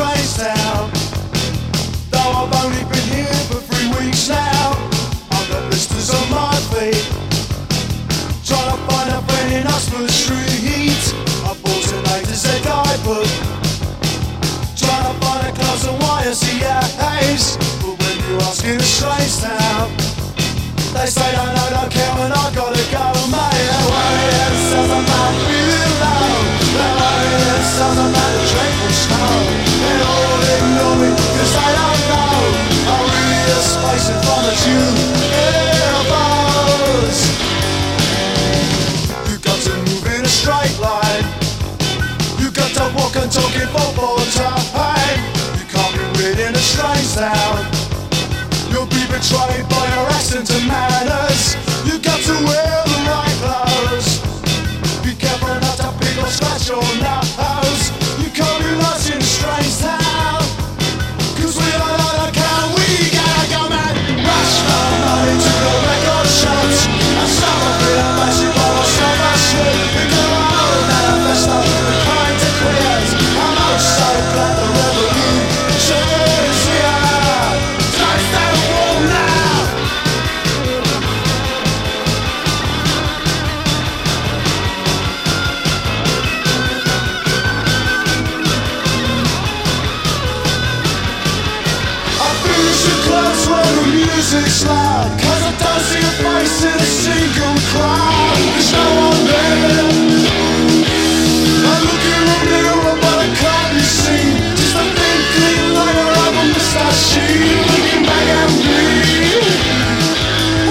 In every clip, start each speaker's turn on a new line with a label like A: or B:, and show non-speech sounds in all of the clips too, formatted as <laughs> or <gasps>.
A: out. Though I've only been here for three weeks now, I've got blisters on my feet. Trying to find a friend in Oxford Street heat. I bought an A to Z diaper. Trying to find a closer YMCA's. But when you ask in a strange town, they say I know, don't care when I gotta go. Mate, I worry it sounds about feeling low. I worry it sounds about the dreadful snow. They all ignore me 'cause they don't know. I'm really a space in front of you. Airbus. You got to move in a straight line. You got to walk and talk in football time. You can't be within a strange town. You'll be betrayed by your accent and manners. You got to wear the right clothes. Be careful not to pick or scratch your nose. You can't be lost in a strange town. Cause we don't know the kind we gotta go mad. Rush my money to the record shops. I stop a bit of mercy for myself. I should be going out and manifesto. The kind of queers. I'm also glad the revolution is here. Strikes that wall now. I finish the class when the music's loud Cause I don't see a face in a single crowd There's no one there I look in the mirror but I can't be seen Just a thin clean layer of a moustache sheen Looking back at me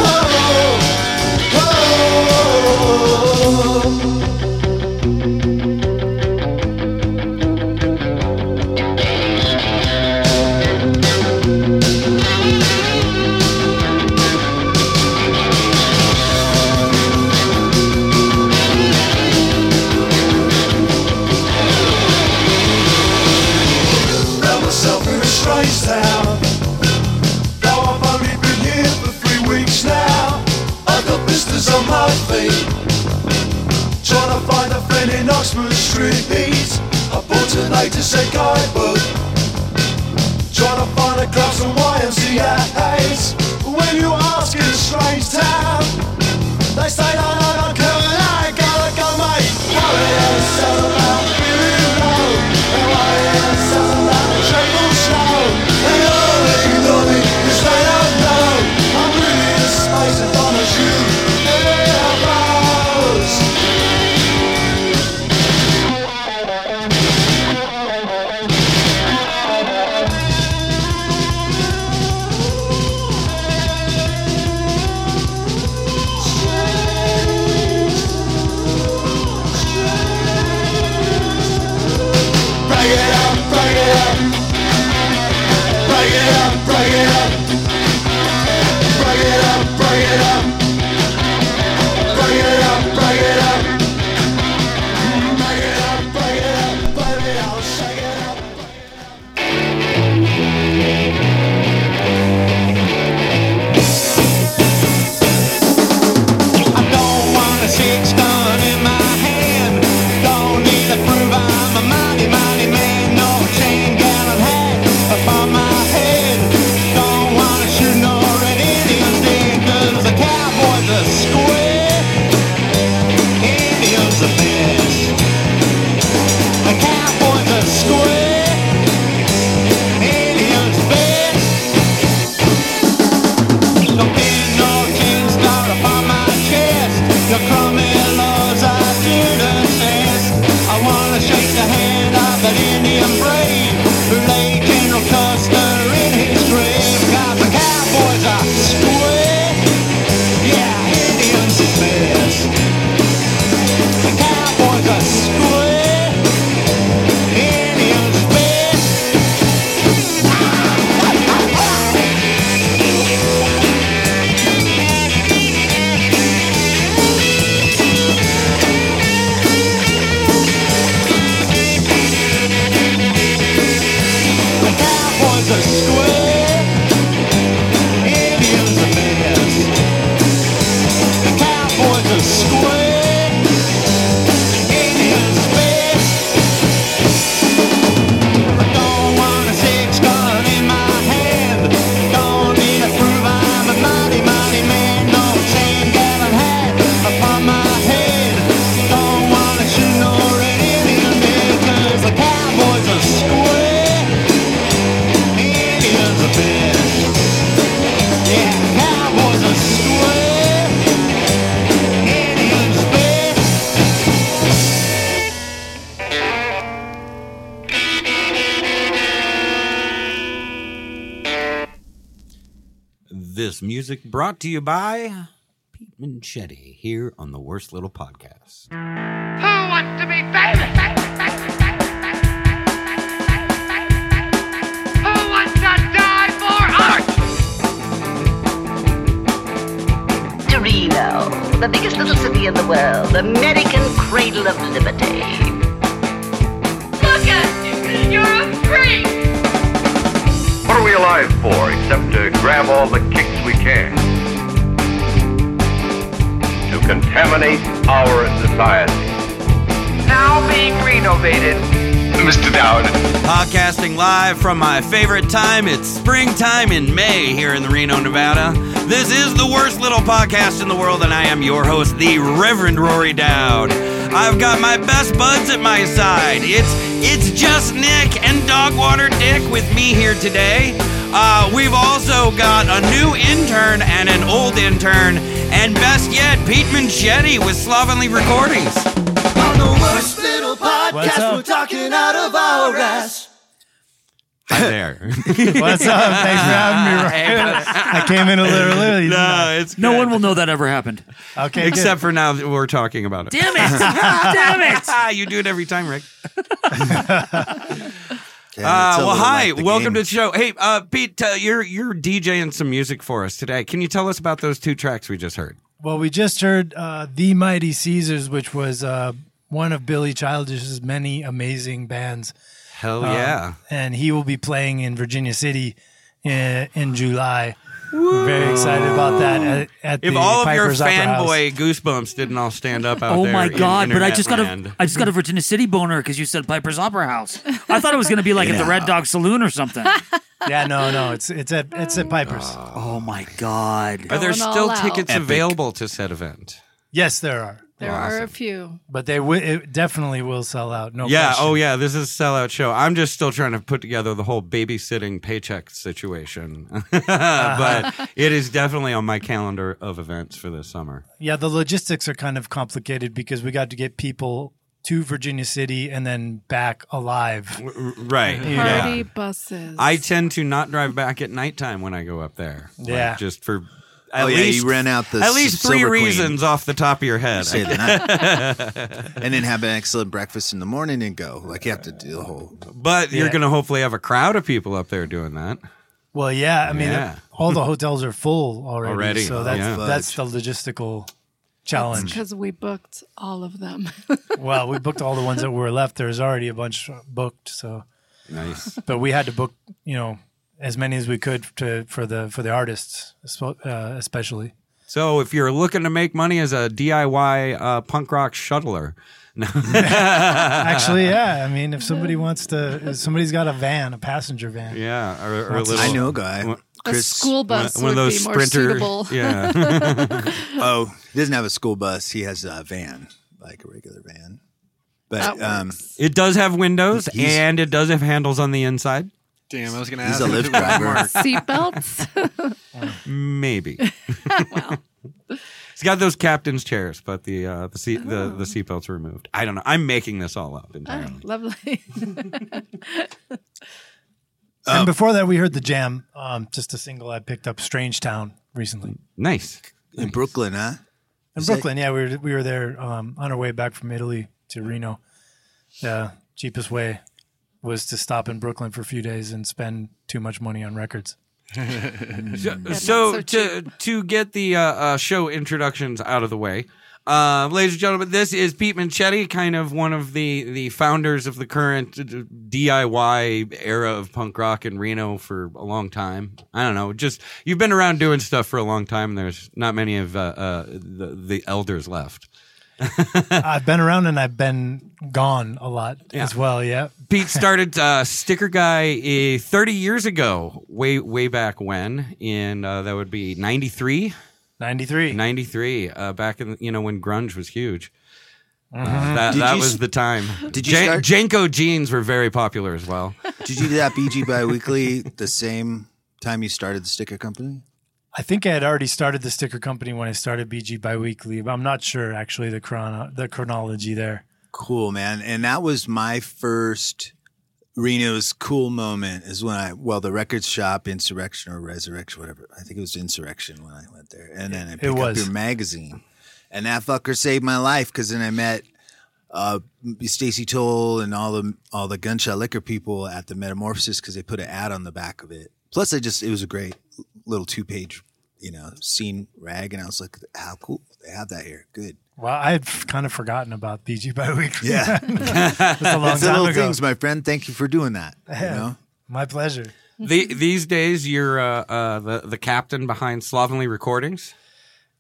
A: Oh, oh, oh. found myself in a strange town. Though I've only been here for three weeks now, I've got blisters on my feet. Trying to find a friend in Oxford Street Heat. I bought an A to Z guidebook. Trying to find a glass of YMCA's. When you ask in a strange town, they say no, no, no, come and I gotta go, mate. Worry yourself about feeling low, and worry yourself about the triple snow. They all ignore me 'cause they don't know I'm really a space in front of you. Yeah, bros.
B: Thank this music brought to you by Pete Manchetti here on the Worst Little Podcast.
C: Who wants to be famous? Who wants to die for art?
D: Torino, the biggest little city in the world, American cradle of liberty.
C: Look at you, you're a freak.
E: What are we alive for except to grab all the kicks we can? To contaminate our society.
C: Now being renovated.
E: Mr. Dowd.
B: Podcasting live from my favorite time, it's springtime in May here in the Reno, Nevada. This is the worst little podcast in the world, and I am your host, the Reverend Rory Dowd. I've got my best buds at my side. It's it's just Nick and Dogwater Dick with me here today. Uh, we've also got a new intern and an old intern, and best yet, Pete Manchetti with Slovenly Recordings.
F: On the worst little podcast, we're talking out of our ass.
B: Hi there.
G: What's up? Thanks for having me. I came in a little early.
B: <laughs> no, it's
H: No one will know that ever happened.
G: Okay, good.
B: Except for now that we're talking about it.
H: Damn
B: <laughs>
H: it! Damn it!
B: Ah, <laughs> you do it every time, Rick.
F: Damn,
B: Uh,
F: it's a
B: well,
F: little
B: hi,
F: like the
B: welcome to
F: game.
B: the show. Hey, uh, Pete, uh, you're you're DJing some music for us today. Can you tell us about those two tracks we just heard?
G: well, we just heard uh, "The Mighty Caesars," which was uh, one of Billy Childish's many amazing bands, Um,
B: Hell
G: Uh,
B: yeah!
G: and he will be playing in Virginia City in, in July. We're very excited about that. At, at
B: If
G: the
B: all of
G: Piper's
B: your
G: Opera House.
B: fanboy goosebumps didn't all stand up out
H: Oh
B: there,
H: my
B: in
H: god! But I
B: internet
H: just got
B: land.
H: a I just got a Virginia City boner because you said Piper's Opera House. I thought it was going to be like at the Red Dog Saloon or something.
G: yeah, no, no, it's it's at it's at Piper's.
B: Ah.
H: oh my god!
B: Are there
I: going all
B: still
I: out.
B: tickets available to said event?
G: Yes, there are,
I: There are a few.
G: but they w- it definitely will sell out. No,
B: Yeah.
G: question.
B: Oh yeah. This is a sellout show. I'm just still trying to put together the whole babysitting paycheck situation, <laughs> but it is definitely on my calendar of events for this summer.
G: Yeah, the logistics are kind of complicated because we got to get people to Virginia City and then back alive.
B: Right.
I: Party buses.
B: I tend to not drive back at nighttime when I go up there. Like,
G: Yeah.
B: just for at
F: Oh, yeah,
B: least
F: you ran out the
B: at least
F: S-
B: three
F: Silver Queen.
B: reasons off the top of your head.
F: Say the night. <laughs> and then have an excellent breakfast in the morning and go. Like you have to do the whole.
B: But you're
G: Yeah.
B: going to hopefully have a crowd of people up there doing that.
G: Well, yeah, I mean,
B: Yeah.
G: <laughs> all the hotels are full already,
B: Already,
G: so that's
B: yeah.
G: that's the logistical challenge.
I: because we booked all of them.
G: <laughs> well, we booked all the ones that were left. There's already a bunch booked, so
B: Nice.
G: but we had to book, you know, as many as we could to for the for the artists espe- uh,
B: <laughs>
G: especially.
B: <laughs> So if you're looking to make money as a DIY uh, punk rock shuttler, no,
G: Actually, yeah, I mean, if somebody wants to, if somebody's got a van, a passenger van.
B: yeah, or, or a little.
F: I know a guy.
B: One-
I: a
F: Chris.
I: school bus
B: one of
I: would
B: those
I: be more
B: sprinter,
I: suitable.
B: <laughs>
I: <laughs>
B: yeah,
F: Oh, he doesn't have a school bus. He has a van, like a regular van. But
I: That
F: um,
I: works.
B: it does have windows
F: He's-
B: and it does have handles on the inside.
J: Damn, I was gonna
F: um, he's
J: ask.
F: a
J: if
F: lift
J: it was-
F: driver.
I: Seatbelts. <laughs>
B: Maybe. He's got those captain's chairs, but the uh, the seat the, the seatbelts were removed. I don't know. I'm making this all up entirely.
I: oh, lovely.
B: Uh,
G: and before that, we heard the Jam, um, just a single I picked up, "Strange Town," recently.
B: Nice.
F: in Brooklyn, huh?
G: In
F: that-
G: Brooklyn, yeah, we were we were there um, on our way back from Italy to Reno. The cheapest way was to stop in Brooklyn for a few days and spend too much money on
F: <laughs>
G: records.
B: So, so
I: so
B: to to get the uh, uh, show introductions out of the way, uh, ladies and gentlemen, this is Pete Manchetti, kind of one of the the founders of the current DIY era of punk rock in Reno for a long time. I don't know, just you've been around doing stuff for a long time. There's not many of uh, uh, the the elders left.
G: I've been around and I've been gone a lot
B: Yeah.
G: as well. Yeah,
B: Pete started uh, Sticker Guy uh, 30 years ago, way way back when. In uh, that would be 93,
G: ninety three.
B: 93, uh, back in you know when grunge was huge. Uh, that
F: Did
B: that
F: you
B: was
F: s-
B: the time.
F: did you start-
B: Janko jeans were very popular as well.
F: <laughs> Did you do that BG biweekly the same time you started the sticker company?
G: I think I had already started the sticker company when I started BG Biweekly. But I'm not sure actually the chrono the chronology there.
F: Cool, man. And that was my first Reno's cool moment is when I well the record shop insurrection or resurrection whatever I think it was insurrection when I went there and then I picked up
G: was.
F: your magazine and that fucker saved my life because then I met uh, Stacy Toll and all the all the gunshot liquor people at the Metamorphosis because they put an ad on the back of it. Plus, I just it was a great little two page you know scene rag and I was like how cool they have that here good
G: Well, I had f- kind of forgotten about BG Biweekly.
F: yeah
G: <laughs> That's a long
F: <laughs> that's the
G: time
F: little
G: ago.
F: things my friend thank you for doing that you know.
G: <laughs> My pleasure.
B: The, these days, you're uh, uh, the the captain behind Slovenly Recordings,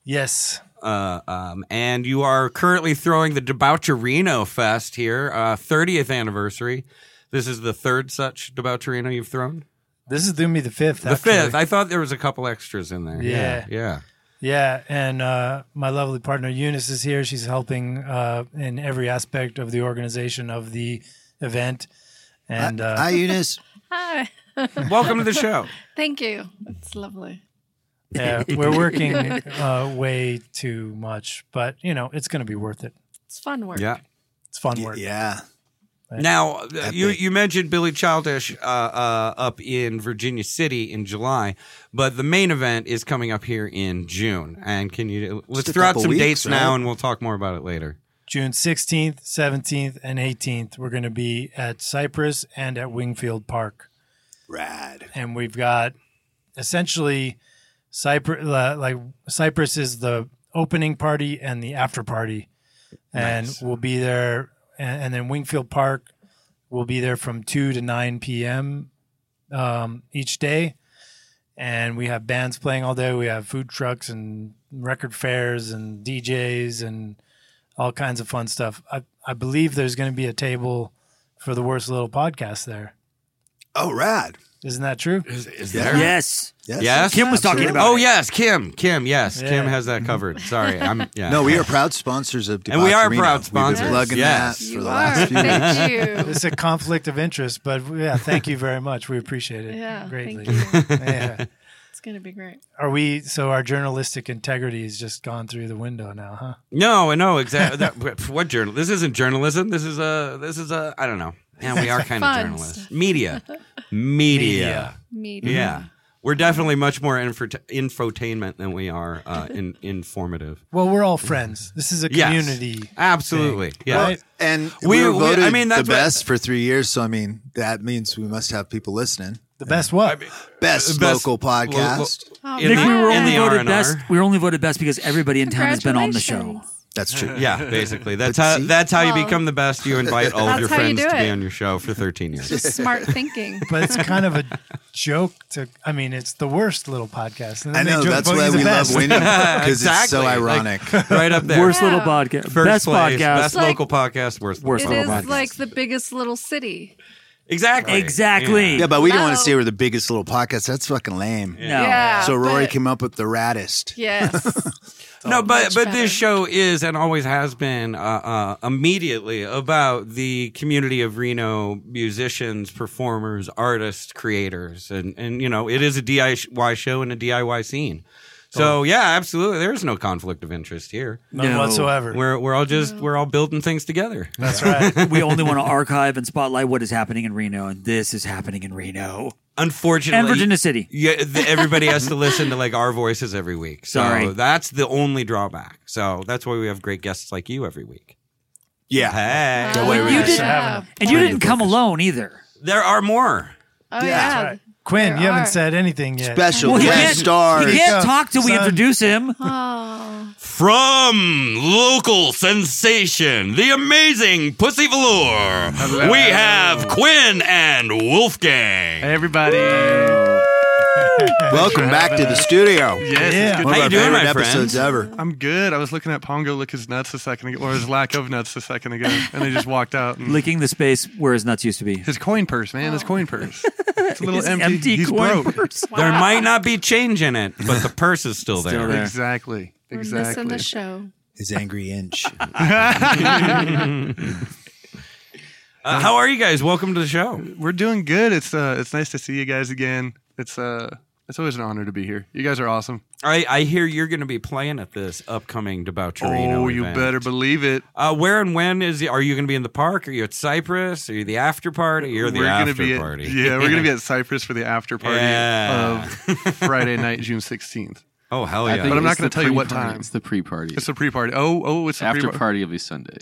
G: Yes.
B: uh, um, and you are currently throwing the Debaucherino Fest here, uh, 30th anniversary. This is the third such Debaucherino you've thrown.
G: This is doing me the fifth.
B: The fifth. I thought there was a couple extras in there.
G: Yeah.
B: yeah.
G: Yeah, and uh, my lovely partner Eunice is here. She's helping uh, in every aspect of the organization of the event. And uh,
F: Hi Eunice
I: Hi.
B: Welcome to the show.
I: Thank you. It's lovely.
G: yeah, we're
I: <laughs>
G: working uh, way too much, but you know it's going to be worth it.
I: It's fun work.
B: Yeah.
G: It's fun work.
F: yeah
B: Now uh, you you mentioned Billy Childish uh, uh, up in Virginia City in July, but the main event is coming up here in June. And can you let's
F: Just a
B: throw out
F: couple
B: some
F: weeks,
B: dates now,
F: right?
B: and we'll talk more about it later.
G: June sixteenth, seventeenth, and eighteenth, we're going to be at Cypress and at Wingfield Park.
F: rad
G: and we've got essentially Cyprus. Uh, like Cyprus is the opening party and the after party, and we'll be there. And, and then Wingfield Park will be there from two to nine p.m. Um, each day, and we have bands playing all day. We have food trucks and record fairs and DJs and all kinds of fun stuff. I, I believe there's going to be a table for the worst little podcast there.
F: oh rad
G: Isn't that true?
H: Yes.
B: Yes,
H: Kim was talking about
B: Oh
H: it.
B: yes, Kim, Kim, yes,
G: Yeah.
B: Kim has that covered. Sorry, I'm yeah.
F: <laughs> No, we are proud sponsors of
B: <laughs> And we are
F: Debaucherino.
B: proud
F: We've been
B: sponsors.
F: plugging
B: Yes.
F: that for
I: You
F: the
I: are.
F: last few weeks.
I: Thank you.
G: it's a conflict of interest, but yeah, thank you very much. We appreciate it
I: Yeah.
G: greatly.
I: Thank you.
G: Yeah.
I: It's going to be great.
G: Are we so our journalistic integrity has just gone through the window now, huh?
B: no, no, exactly. That, <laughs> what journal? This isn't journalism. This is a this is a I don't know. Yeah, we are kind of
I: Fun
B: journalists.
I: stuff.
B: Media, media,
I: Meeting.
B: yeah. We're definitely much more info- infotainment than we are uh, in- <laughs> informative.
G: Well, we're all friends. This is a
B: Yes.
G: community.
B: Absolutely. Yeah.
G: Right?
F: And
B: We-
F: we, were
B: we-
F: voted
B: I mean, that's
F: the
B: what-
F: best for three years. So, I mean, that means we must have people listening.
G: The best what?
F: <laughs> Best,
B: Uh, Best lo-
F: local
B: lo-
F: podcast.
I: Oh,
B: In
H: Nick,
B: the-
H: we were
B: in
H: only
B: the
H: voted
B: R&R.
H: best. We were only voted best because everybody in town has been on the show.
I: Congratulations.
F: that's
B: <laughs>
F: true.
B: yeah, basically. That's
F: But
B: how
F: see-
B: that's how you
I: Well,
B: become the best. You invite all of
I: that's
B: your
I: how you
B: friends
I: do
B: to be
I: it.
B: on your show for 13
I: <laughs>
B: years.
I: Just smart thinking.
G: But it's kind of a joke to I mean, it's the worst little podcast. And
F: I
G: then they
F: know.
G: joke
F: That's
G: about
F: why
G: you the
F: we
G: best.
F: love
B: <laughs>
F: winning because it's
B: Exactly.
F: so
B: Like, <laughs>
F: ironic.
B: right up there.
H: Worst
I: Yeah.
H: little podcast.
B: First
H: best
B: place,
H: podcast.
B: Best
I: Like-
B: local podcast. Worst
H: Worst
I: It
B: local
I: is
H: little podcast.
I: like the biggest little city.
B: Exactly.
H: Exactly.
F: Yeah, but we do not want to
I: No.
F: say we're the biggest little podcast. That's fucking lame.
H: No.
I: Yeah.
F: So, Rory
I: Uh, but-
F: came up with the raddest.
I: Yes.
B: No, but
I: much
B: but
I: better.
B: this show is and always has been uh, uh, immediately about the community of Reno musicians, performers, artists, creators, and and you know it is a DIY show and a DIY scene. So yeah, absolutely, there is no conflict of interest here.
G: None
H: No.
G: whatsoever.
B: We're we're all just we're all building things together.
G: that's
F: <laughs>
G: right.
H: we only want to archive and spotlight what is happening in Reno, and this is happening in Reno
B: Unfortunately,
H: and Virginia City.
B: Yeah,
H: <laughs>
B: th- everybody has to listen to like our voices every week. So
H: Sorry.
B: that's the only drawback. So that's why we have great guests like you every week.
F: Yeah.
B: Hey,
F: way we
H: You
I: yeah.
H: didn't- And you didn't come alone either.
B: there are more.
I: Oh,
F: Yeah.
I: yeah.
G: Right. Quinn,
I: There
G: you haven't
I: are.
G: said anything yet.
F: Special
H: Well, he
F: guest
H: can't-
F: stars.
H: He
G: Yeah.
H: can't talk till we
G: Son.
H: introduce him.
I: Oh,
B: From local sensation, the amazing Pussy Velour, we have Quinn and Wolfgang.
J: everybody.
F: Welcome back to the studio.
J: Yes,
G: Yeah.
J: it's good.
B: How
F: One of
B: you
F: our
B: doing,
F: favorite
B: my friend?
F: episodes ever.
J: I'm good. I was looking at Pongo lick his nuts a second ago, or his lack of nuts a second ago, and they just walked out. And
H: Licking the space where his nuts used to be.
J: his coin purse, man, his coin purse. It's a little
H: His
J: empty.
H: empty
J: He's
H: coin
J: broke.
H: purse.
B: There might not be change in it, but the purse is still there.
H: Still there.
J: Exactly.
I: we're missing
J: Exactly.
I: the show.
F: His angry inch.
B: Uh, how are you guys? Welcome to the show.
J: We're doing good. It's uh, it's nice to see you guys again. It's uh, It's always an honor to be here. You guys are awesome.
B: I, I hear you're going to be playing at this upcoming debaucherino.
J: oh, you
B: event.
J: better believe <laughs> it.
B: Uh, where and when is? Are you going to be in the park? Are you at Cyprus? Are you the after party? You're the
J: gonna
B: after
J: be at-
B: party.
J: yeah, we're gonna be at Cyprus for the after party
B: <laughs> Yeah.
J: of Friday night, June sixteenth.
B: <laughs> Oh hell
K: I
B: yeah!
K: think
J: But I'm not
K: it's
J: gonna
K: the
J: tell you what
K: pre-party.
J: time.
K: It's the pre-party.
J: It's a pre-party. Oh, oh, it's a
K: After
J: pre-party.
K: party will be Sunday.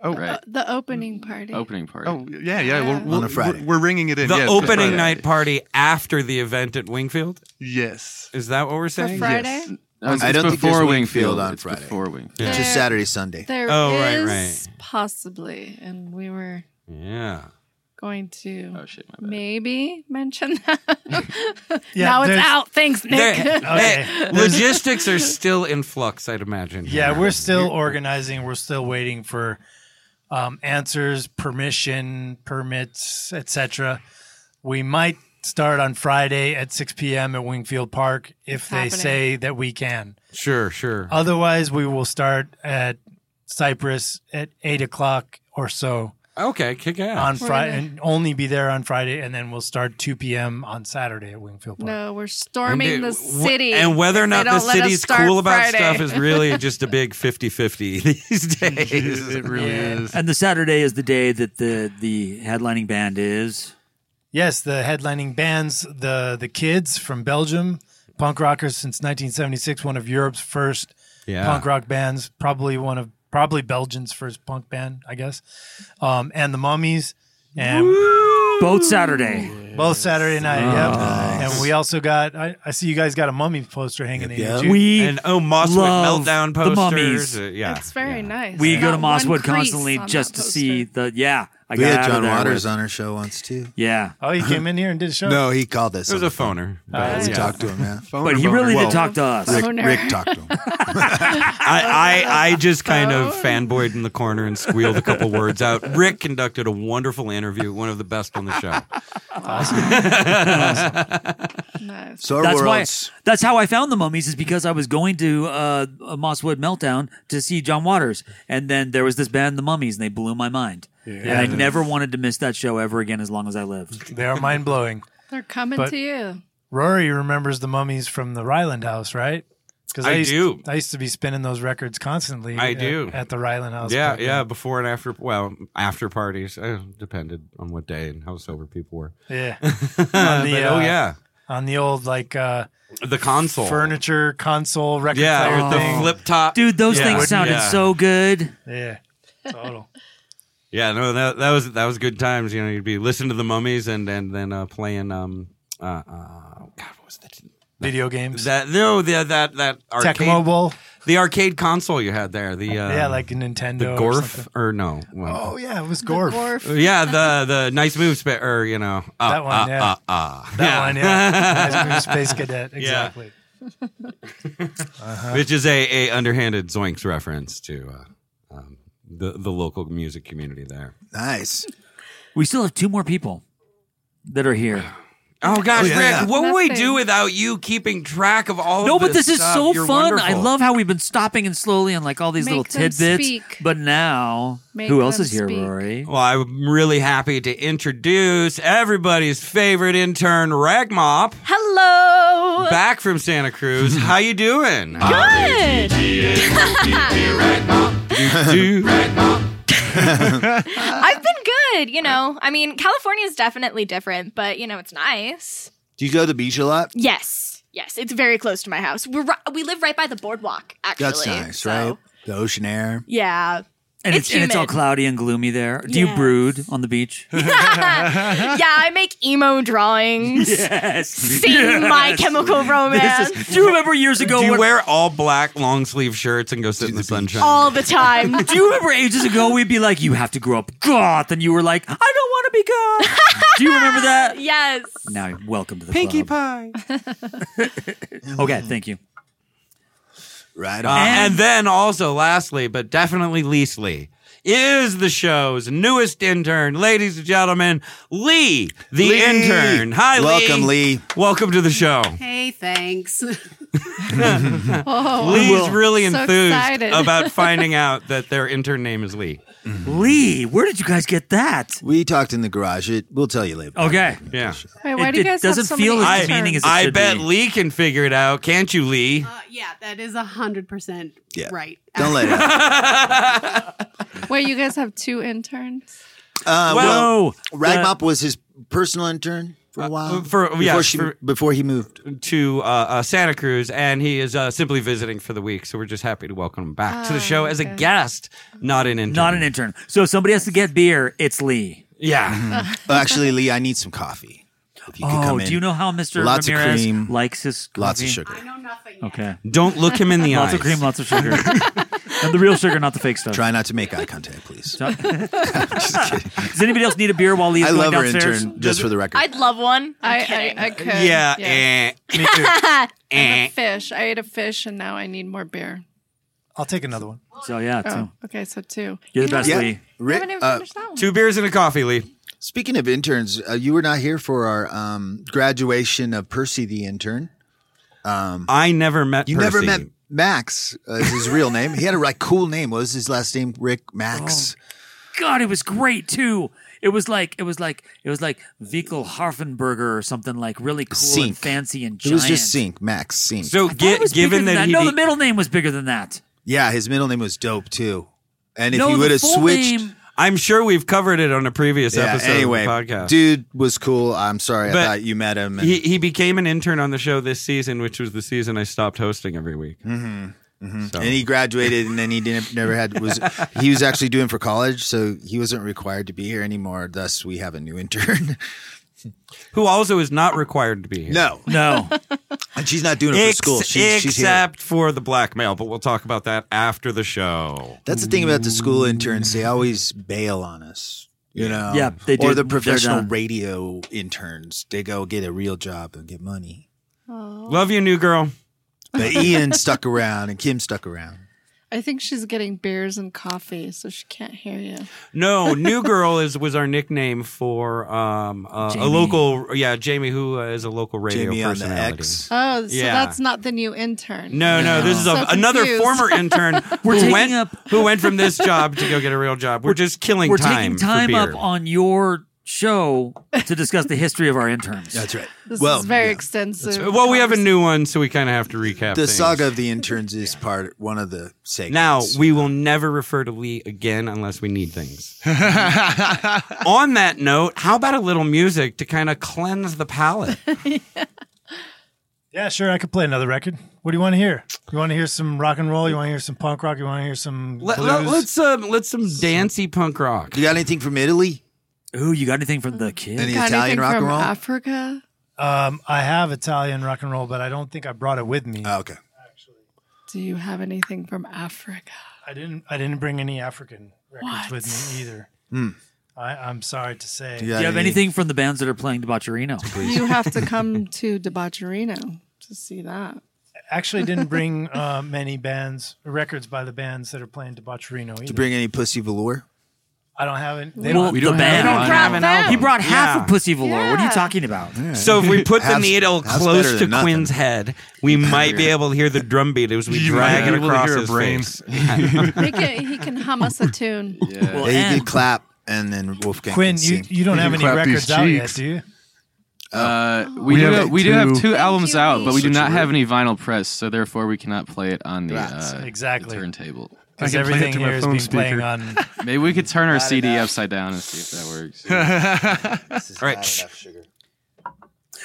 J: Oh.
K: right.
I: Uh, The opening party.
K: Opening party.
J: Oh, yeah, yeah.
I: Yeah.
J: We're,
I: On
J: we're,
F: a Friday.
J: We're, we're ringing it in.
B: the
J: yeah, it's a
B: opening
J: Friday.
B: night party after the event at Wingfield.
J: Yes.
B: Is that what we're
I: For
B: saying?
I: Friday?
K: No, it's,
F: I
K: it's
F: don't think there's
K: before
F: Wingfield on
K: It's
F: Friday.
K: Before Wingfield.
F: It's
I: There-
F: just Saturday, Sunday.
I: There is
B: Oh, right, right.
I: possibly, and we were
B: Yeah.
I: going to
K: Oh shit, my bad.
I: maybe mention that.
G: Yeah,
I: now it's
G: there's-
I: out. Thanks, Nick.
B: There-
G: Okay.
B: hey, logistics are still in flux, I'd imagine.
G: Yeah, we're still organizing. We're still waiting for um, answers, permission, permits, etc. We might start on Friday at 6 p.m. at Wingfield Park if they
I: happening.
G: say that we can.
B: sure, sure.
G: Uh, Otherwise, we will start at Cyprus at eight o'clock or so
B: okay, kick
G: on
B: ass.
I: We're
G: Friday,
I: gonna-
G: and only be there on Friday, and then we'll start 2 p.m. on Saturday at Wingfield Park.
I: No, we're storming the
B: And it- wh-
I: city.
B: And whether or
I: if they
B: not the
I: don't let us
B: city's
I: start
B: cool about
I: Friday.
B: stuff is
I: <laughs>
B: really just a big 50-50 <laughs> these days.
J: It really is.
H: And the Saturday is the day that the the headlining band is.
G: Yes, the headlining bands, the the kids from Belgium, punk rockers since 1976, one of Europe's first
B: Yeah.
G: punk rock bands, probably one of probably Belgium's first punk band, I guess. Um, and the Mummies, and
H: Both Saturday.
G: both Saturday night. Yep. And we also got. I, I see you guys got a Mummy poster hanging in
F: Yep,
G: your too.
H: We
I: uh,
B: And oh, Mosswood
H: love
B: meltdown
H: the
B: posters.
H: mummies.
B: Uh, yeah,
I: It's very
B: yeah.
I: nice.
H: we go to
I: Not one
H: Mosswood
I: crease
H: constantly
I: on
H: just
I: that
H: to
I: poster.
H: see the yeah. I
F: We
H: got
F: had
H: out of
F: John
H: there
F: Waters
H: with-
F: on our show once too.
H: Yeah,
G: Oh, he came in here and did a show.
F: <laughs> No, he called us.
B: It was a phoner.
F: We
B: But, yeah.
F: talked to him, man.
J: Phone
H: but he
J: boner.
H: really
B: Well,
H: did talk to us.
F: Rick,
I: Phoner.
F: Rick talked to him.
B: I, I, I just kind of fanboyed in the corner and squealed a couple words out. Rick conducted a wonderful interview, one of the best on the show.
I: Nice.
F: So our
H: that's why.
F: worlds.
H: That's how I found the mummies is because I was going to uh, a Mosswood Meltdown to see John Waters, and then there was this band, the Mummies, and they blew my mind. And I never wanted to miss that show ever again as long as I lived.
G: They are mind blowing.
I: <laughs> They're coming
G: But-
I: to you.
G: Rory remembers the Mummies from the Ryland House, right? Because
B: I
G: used,
B: do.
G: I used to be spinning those records constantly.
B: I
G: at-
B: do.
G: at, the Ryland House.
B: Yeah,
G: back then.
B: yeah. Before and after, well, after parties uh, depended on what day and how sober people were. <laughs>
G: Yeah.
B: But,
G: the,
B: oh
G: uh,
B: yeah,
G: On the old like uh
B: the console.
G: furniture console record
B: yeah,
G: player
B: with the
G: thing.
B: flip top.
H: Dude, those
B: Yeah.
H: things sounded
B: Yeah.
H: so good.
G: Yeah. Total.
B: Yeah, no, that that was that was good times. You know, you'd be listening to the mummies and and then uh, playing um uh, uh oh, God, what was that?
G: Video games.
B: That no, the, that that arcade,
G: Tech Mobile.
B: the arcade console you had there. The uh,
G: yeah, like a Nintendo.
B: the
G: or
B: Gorf
G: something.
B: or, no? well,
G: Oh yeah, it was Gorf.
I: Gorf.
B: Yeah, the the nice move spa- or you know uh,
G: That one,
B: uh,
G: yeah.
B: uh, uh,
G: That one,
B: <laughs>
G: yeah. Nice move, Space Cadet. Exactly.
B: which is a, a underhanded Zoinks reference to uh, um, the the local music community there.
F: Nice.
H: We still have two more people that are here.
B: Oh gosh,
F: yeah, yeah.
B: Rick, what would we
I: Nothing.
B: do without you keeping track of all?
H: No,
B: of
H: but this is
B: stuff?
H: so
B: You're
H: fun. I
B: wonderful.
H: love how we've been stopping and slowly on like all these
I: Make
H: little
I: them
H: tidbits.
I: speak.
H: But now,
I: Make
H: who else
I: them
H: is here,
I: speak.
H: Rory?
B: Well, I'm really happy to introduce everybody's favorite intern, Ragmop,
I: Hello.
B: back from Santa
F: <laughs>
B: Cruz. How you doing?
I: Good.
B: Uh, Do-
L: I've been good, you know. I mean, California is definitely different, but you know, it's nice.
F: <laughs> Do you go to the beach a lot?
L: Yes. Yes, it's very close to my house. We're ri- we live right by the boardwalk, actually.
F: That's nice,
L: so-
F: right? The ocean air.
L: Yeah.
H: And
L: It's
H: and it's all
L: humid.
H: cloudy and gloomy there. Do you
L: Yes.
H: brood on
B: <laughs>
H: the beach?
L: yeah, I make emo
B: <laughs>
L: drawings.
H: yes.
L: Sing mm, my chemical romance
B: <laughs>
H: This is, do you remember years ago?
B: do you
H: when-
B: wear all black long sleeve shirts and go sit in the sunshine?
L: all the time.
H: do you remember ages ago we'd be like, "You have to grow up goth," and you were like, "I don't want to be
I: <laughs>
H: goth." do you remember that?
L: yes.
H: Now, you're welcome to the
B: Pinkie
H: club.
B: Pie.
H: Okay, thank you.
F: Right
B: Uh,
F: on.
B: and then also, lastly, but definitely leastly, is the show's newest intern, ladies and gentlemen, Lee, the
F: Lee.
B: intern. Hi,
F: Welcome, Lee.
B: Welcome to the show.
K: Hey,
I: <laughs>
K: thanks.
I: Oh,
B: Lee's really
I: So
B: enthused
I: excited.
B: about finding out that their intern name is Lee.
F: Lee, where did you guys get that? We talked in the garage. It, we'll tell you later.
B: Okay. Yeah.
I: Wait, why It- do you it guys have doesn't so feel many as interns? demeaning as it
B: I
I: should
B: bet
I: be.
B: Lee can figure it out, can't you, Lee?
K: yeah, that is a hundred percent
B: Yeah.
K: right.
F: Don't let it.
I: <laughs> Wait, you guys have two interns?
F: Uh,
B: Well,
F: well,
B: that-
F: Ragmop was his personal intern for a while.
B: for-
F: before
B: yeah,
F: she,
B: for-
F: before he moved
B: to uh, uh, Santa Cruz, and he is uh, simply visiting for the week. So we're just happy to welcome him back to the show as a guest, not an intern.
H: Not an intern. So if somebody has to get beer. It's Lee.
B: <laughs> Yeah.
F: Actually, Lee, I need some coffee. If you could
H: Oh,
F: come in.
H: do you know how Mr.
F: Lots
H: Ramirez
F: of cream,
H: likes his coffee?
F: lots of sugar.
H: Okay.
B: Don't look him in the
H: <laughs> lots of
B: eyes. <laughs>
H: cream, lots of
F: <laughs>
H: sugar. and the real sugar, not the fake stuff.
F: Try not to make eye contact, please.
H: Does anybody else need a beer while Lee's
F: I
H: going
F: love her
H: downstairs?
F: intern, just for the record.
I: I'd love one. I, I, I could.
B: Yeah.
H: <laughs>
B: eh, me <laughs> too.
I: I'm
B: Eh.
I: a fish. I ate a fish and now I need more beer.
G: <laughs> I'll take another one.
H: So yeah,
I: Oh, okay, so two.
H: You're
I: You know,
F: Ri-
I: haven't even
F: uh,
I: finished that one.
B: Two beers and a coffee, Lee.
F: Speaking of interns, uh, you were not here for our um, graduation of Percy the intern. Um,
B: I never met.
F: You never
B: Percy.
F: met Max. Uh, is his real name. He had a right cool name. What was his last name? Rick Max.
H: Oh, God, it was great too. It was like it was like it was like Vickel Harfenberger or something like really cool and
F: Sink.
H: fancy and
F: it
H: giant.
F: was just Sink Max Sink.
B: So
H: I thought it was bigger than no, the middle name was bigger than that.
F: yeah, his middle name was dope too. And if
H: No,
F: he
H: the
F: would have
H: full
F: switched, <laughs>
H: name-
B: I'm sure we've covered it on a previous
F: yeah.
B: episode
F: Anyway,
B: of the podcast.
F: dude was cool. I'm sorry.
B: But
F: I thought you met him. and-
B: he, he became an intern on the show this season, which was the season I stopped hosting every week.
F: Mm-hmm. hmm
B: So-
F: And he graduated, and then he didn't never had was he was actually doing for college, so he wasn't required to be here anymore. Thus, we have a new intern. <laughs>
B: Who also is not required to be here.
F: No,
H: no,
F: and she's not doing it for
B: Ex-
F: school. She's, she's here.
B: except for the blackmail, but we'll talk about that after the show.
F: That's the thing about the school interns; they always bail on us. You know,
B: Yeah, they do.
F: Or the
B: They're
F: professional
B: done.
F: radio interns, they go get a real job and get money.
B: Love you, new girl.
F: But Ian stuck around and Kim stuck around.
I: I think she's getting beers and coffee, so she can't hear you.
B: No,
F: <laughs>
B: new girl is was our nickname for um, uh, a
I: Jamie.
B: local. Yeah, Jamie, who uh, is a local radio
F: Jamie on the
B: personality.
F: X.
I: Oh, so
B: Yeah.
I: that's not the new intern.
B: No, no, this is a,
I: So
B: another
I: confused.
B: former intern
H: We're
B: who
H: taking
B: went
H: up-
B: who went from this job to go get a real job. We're, just killing
H: We're
B: time.
H: taking time
B: for
H: up
B: beer.
H: on your show to discuss the history of our interns.
F: That's right.
I: This
F: Well,
I: is very
F: yeah.
I: extensive.
B: Well, we have a new one, so we kind of have to recap.
F: The
B: things.
F: saga of the interns is part one of the segments.
B: Now we will never refer to Lee again unless we
J: <laughs>
B: need things. on that note, how about a little music to kind of cleanse
J: <laughs>
B: the palate?
G: Yeah, sure. I could play another record. What do you want to hear? You want to hear some rock and roll? You want to hear some punk rock? You want to hear some
B: Let,
G: blues?
B: us uh, let's some dancey punk rock.
F: You got anything from Italy?
H: Ooh, you got anything from the kid?
F: Any
I: Got anything
F: Italian rock
I: from
F: and roll?
I: Africa.
G: Um, I have Italian rock and roll, but I don't think I brought it with me.
F: Oh, okay.
I: Do you have anything from Africa?
G: I didn't. I didn't bring any African records with me either.
H: Hmm.
G: I, I'm sorry to say.
H: Do you have anything from the bands that are playing Debaucherino? Please.
I: You have to come to Debaucherino to see that.
G: Actually, didn't bring uh, many bands records by the bands that are playing Debaucherino either.
F: Did you bring any pussy velour?
G: I don't have it.
H: Well, the band. We don't have an album. He brought half of Pussy Velour. What are you talking about?
B: So if we put the
H: Half's-
B: needle
H: half's
B: close
H: better
B: to
H: than nothing.
B: Quinn's head, we might be able to hear the drum beat as we
J: You
B: drag
J: might be
B: it
J: able to
B: across
J: hear a
B: his
J: brain.
B: face.
I: He can, he can hum us a
M: <laughs>
I: tune.
F: Yeah,
H: Well,
F: you
H: and-
F: could clap, and then Wolfgang.
G: Quinn,
F: can
G: you,
F: sing.
G: you don't have any
F: clap
G: records
F: these
G: out yet,
F: cheeks.
G: do you?
M: Uh, we,
N: We
M: do
N: have
M: have, we do have
N: two-
M: two albums out, but we do
N: Such a
M: not
N: rip.
M: have any vinyl press, so therefore we cannot play it on the,
G: That's
M: uh,
G: exactly.
M: the turntable.
G: Because everything here is being playing on.
M: Maybe we could turn our CD upside down and see if that works.
B: All right.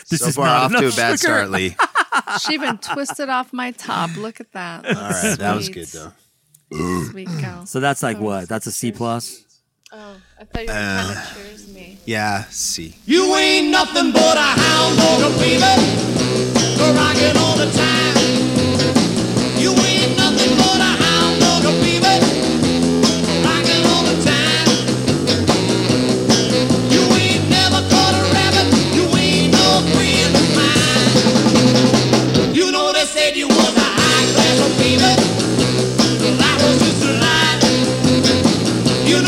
F: This So is far not off to enough a bad sugar. start, Lee.
I: She even twisted off my top. Look at that.
H: All right, that was
I: Sweet.
H: good, though.
I: Sweet girl.
H: So that's like what? That's a C plus.
I: Oh, I thought you were
H: Uh,
I: trying to cheers me.
F: Yeah, see.
O: You ain't nothing but a hound or a fever, go rocking all the time. You ain't nothing but a hound or a fever, rocking all the time. You ain't never caught a rabbit, you ain't no friend of mine. You know they said you was a high class of fever, well I was just a lie. You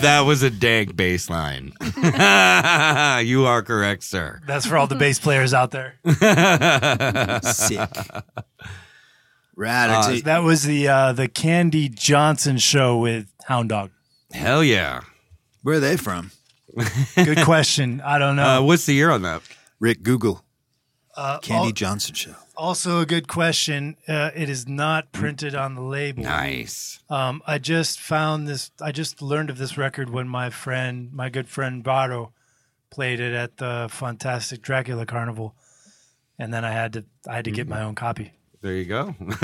B: That was a dank bass line. <laughs> you are correct, sir.
G: That's for all the bass players out there.
B: Sick.
F: Rad.
B: Uh,
G: So that was the uh, the Candy Johnson show with Hound Dog.
B: Hell yeah.
F: Where are they from?
G: Good question. I don't know.
B: Uh, what's the year on that?
F: Rick Google.
G: Uh,
F: Candy
G: al-
F: Johnson show.
G: Also, a good question. Uh, it is not printed on the label.
B: Nice.
G: Um, I just found this. I just learned of this record when my friend, my good friend Bado, played it at the Fantastic Dracula Carnival, and then I had to I had to get my own copy.
B: There you go. but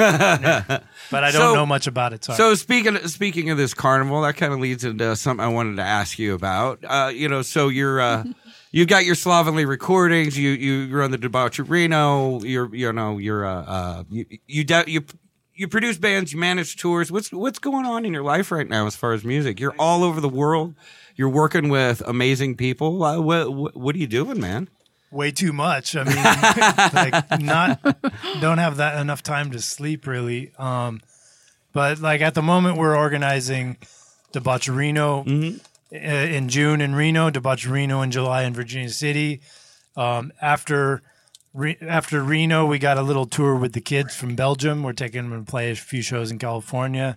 G: I don't know much about it, sorry.
B: So speaking speaking of this carnival, that kind of leads into something I wanted to ask you about. Uh, you know, so you're uh, you've got your slovenly recordings. You you run the debaucherino. You're you know you're uh, uh you you do, you you produce bands. You manage tours. What's what's going on in your life right now as far as music? You're all over the world. You're working with amazing people. Uh, what what are you doing, man?
G: Way too much. I mean, <laughs> like not don't have that enough time to sleep really. Um, but like at the moment, we're organizing Debaucherino uh, in June in Reno, Debaucherino in July in Virginia City. Um, after Re- after Reno, we got a little tour with the kids from Belgium. We're taking them to play a few shows in California.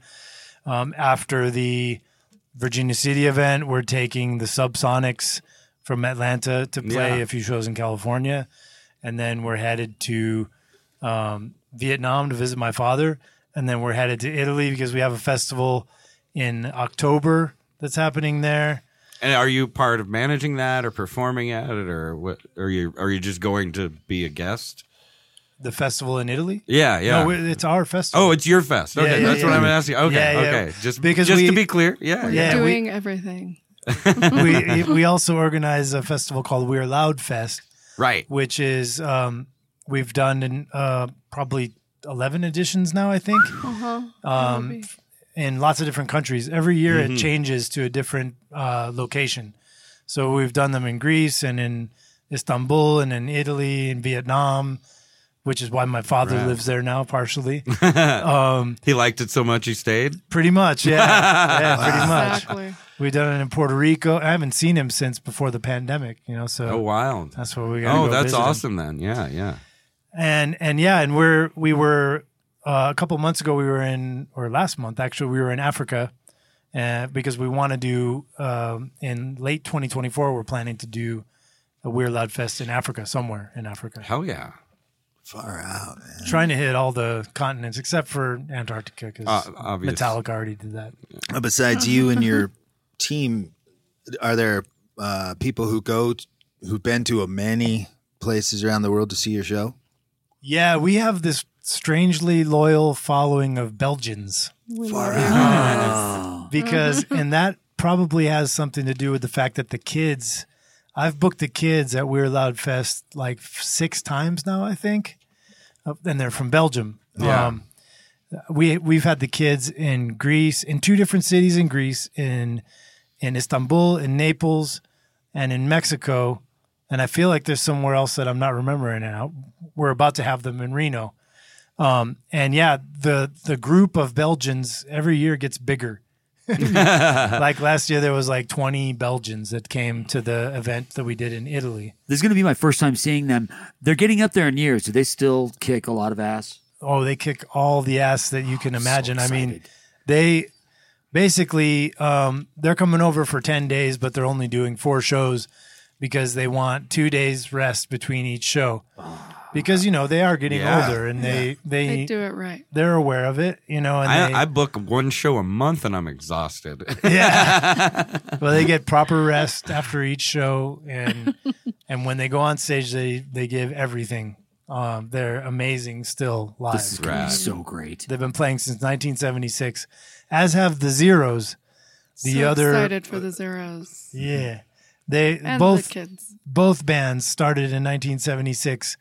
G: Um, after the Virginia City event, we're taking the Subsonics from Atlanta to play
B: Yeah.
G: a few shows in California, and then we're headed to um, Vietnam to visit my father, and then we're headed to Italy because we have a festival in October that's happening there.
B: And are you part of managing that or performing at it or what? Are you are you just going to be a guest?
G: The festival in Italy?
B: Yeah, yeah.
G: No, it's our festival.
B: Oh, it's your fest. Okay,
G: Yeah, yeah,
B: that's what
G: yeah.
B: I'm asking. Okay,
G: Yeah, yeah.
B: okay. Just
G: Because
B: just
G: we-
B: to be clear, yeah,
G: We're
B: yeah.
G: Yeah, we-
I: doing
B: <laughs>
I: everything.
G: we we also organize a festival called We're Loud Fest,
B: right?
G: Which is um, we've done in uh, probably eleven editions now, I think,
I: Uh-huh.
G: um, in lots of different countries. Every year it
B: Mhm.
G: changes to a different uh, location. So we've done them in Greece and in Istanbul and in Italy and Vietnam, which is why my father
B: Right.
G: lives there now partially. <laughs>
B: um, he liked it so much he stayed.
G: Pretty much, yeah,
B: <laughs>
G: yeah pretty much.
I: Exactly.
G: We've done it in Puerto Rico. I haven't seen him since before the pandemic, you know. So
B: Oh, wild.
G: That's what we got.
B: Oh,
G: go
B: that's
G: visit him.
B: awesome. Then, yeah, yeah.
G: And and yeah, and we're we were uh, a couple months ago. We were in or last month actually. We were in Africa, uh, because we want to do um, in late 2024. We're planning to do a Weird Loud Fest in Africa somewhere in Africa.
B: Hell yeah.
F: Far out, man.
G: Trying to hit all the continents except for Antarctica because
F: Uh, obvious.
G: Metallica already did that.
F: Uh, Besides you and your team, are there uh, people who go t- who've been to a many places around the world to see your show?
G: Yeah, we have this strangely loyal following of Belgians.
I: We
F: Far
G: Um,
F: out.
G: because and that probably has something to do with the fact that the kids I've booked the kids at We're Loud Fest like f- six times now, I think. Uh, And they're from Belgium.
O: Yeah.
G: Um, we we've had the kids in Greece, in two different cities in Greece, in in Istanbul, in Naples, and in Mexico. And I feel like there's somewhere else that I'm not remembering now. We're about to have them in Reno. Um, and yeah, the the group of Belgians every year gets bigger. like last year, there was like 20 Belgians that came to the event that we did in Italy.
H: This is going to be my first time seeing them. They're getting up there in years. Do they still kick a lot of ass?
G: Oh, they kick all the ass that
B: Oh,
G: you can imagine. I mean, they basically um, they're coming over for ten days, but they're only doing four shows because they want two days rest between each show. Because you know they are getting
B: Yeah.
G: older and
B: Yeah.
G: they they
I: They do it right.
G: They're aware of it, you know. And
B: I,
G: they,
B: I book one show a month and I'm exhausted. <laughs>
G: yeah. well, they get proper rest after each show,
I: <laughs>
G: and and when they go on stage, they they give everything. Um, they're amazing still live.
H: This is gonna be Rad. so great.
G: They've been playing since 1976, as have the Zeros. The
I: so
G: other
I: excited for the zeros.
G: yeah. They
I: And the
G: both
I: kids.
G: both bands started in 1976.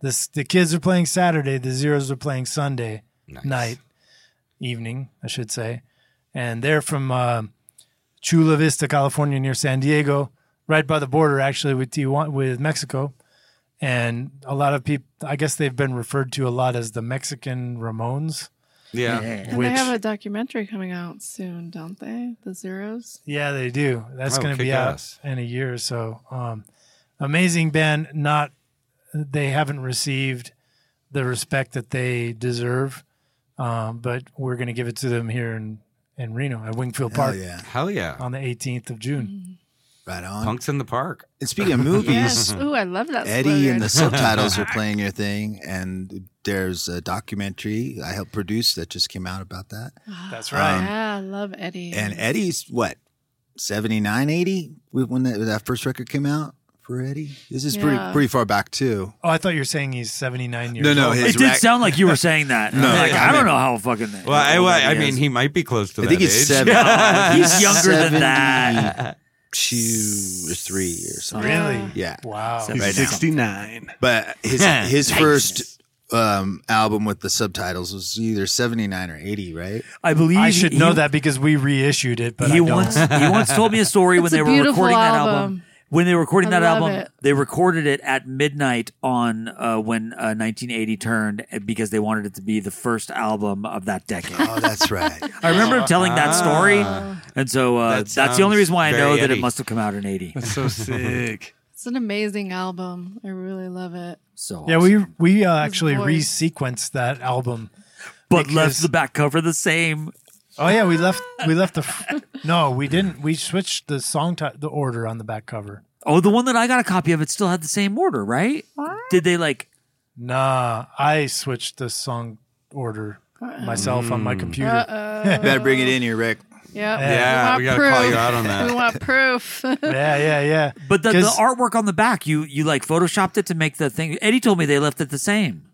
G: This the kids are playing Saturday, the Zeros are playing Sunday <laughs> night evening, I should say. And they're from uh, Chula Vista, California near San Diego, right by the border actually with Tijuana, with Mexico. And a lot of people I guess they've been referred to a lot as the Mexican Ramones
B: Yeah.
I: And they have a documentary coming out soon, don't they? The Zeros.
G: Yeah, they do. That's
B: Oh,
G: going to be
B: kick
G: out
B: ass.
G: in a year or so. Um, amazing band. Not they haven't received the respect that they deserve, um, but we're going to give it to them here in in Reno at Wingfield
F: Hell
G: Park.
F: Oh, yeah.
B: Hell yeah.
G: On the 18th of June.
F: Right on.
B: Punks in the Park.
F: And speaking of
B: <laughs>
F: movies,
I: Mm-hmm. Yes. Ooh, I love that.
F: Eddie
I: <gasps>
F: and the
I: slogan.
F: subtitles
A: <laughs>
F: are playing your thing, and there's a documentary I helped produce that just came out about that.
G: That's
F: right.
I: yeah, I love Eddie.
F: And Eddie's what 79, 80 when that, that first record came out for Eddie. This is
G: Yeah.
F: pretty pretty far back too.
G: Oh, I thought you were saying he's 79 years
F: No, no,
G: old.
F: his It did rack- <laughs>
H: sound like you were saying that.
F: No.
H: Like, I,
F: I
H: don't
F: mean-
H: know how fucking.
B: Well, I,
H: old
B: well,
H: that
B: I
H: he
B: mean,
H: is.
B: he might be close to
F: I
B: that
F: think he's
B: age. <laughs>
F: seven-
H: No, <laughs> he's younger than that.
F: Two or three or something.
G: Really?
F: Yeah.
G: Wow.
J: He's
F: <laughs> Right now.
J: 69.
F: But <laughs> his
J: Yeah.
F: his
J: Nice.
F: first um, album with the subtitles was either seventy nine or eighty, <laughs> right?
H: I believe
G: I should
H: he-
G: know that because we reissued it, but
H: he
G: I don't.
H: once he once told me a story
I: <laughs>
H: when
I: It's a
H: they were
I: beautiful
H: recording that album.
I: album.
H: When they were recording
I: I
H: that
I: love
H: album,
I: it.
H: they recorded it at midnight on uh, when uh, 1980 turned uh, because they wanted it to be the first album of that decade.
F: Oh, that's right.
H: I remember him telling that story,
B: Ah.
H: and so uh,
B: That
H: that's the only
B: sounds
H: reason why I
B: very
H: know that it
B: Eddie.
H: must have come out in 80.
J: That's
H: <laughs>
J: so sick.
I: It's an amazing album. I really love it.
H: so
G: Yeah, we we uh, actually
I: voice.
G: resequenced that album,
H: but
G: because-
H: left the back cover the same.
G: Oh yeah, we left we left the f- no, we didn't. We switched the song ti the order on the back cover.
H: Oh, the one that I got a copy of it still had the same order, right? Did they like?
G: Nah, I switched the song order myself on
H: Mm.
G: my computer.
I: Uh-oh.
F: Better bring it in here, Rick.
I: Yep.
G: Yeah,
I: want
G: we gotta call you
I: proof.
G: out on <laughs> that.
I: We want proof.
G: Yeah, yeah, yeah.
H: <laughs> But the, the
G: 'Cause-
H: artwork on the back, you you like photoshopped it to make the thing. Eddie told me they left it the same.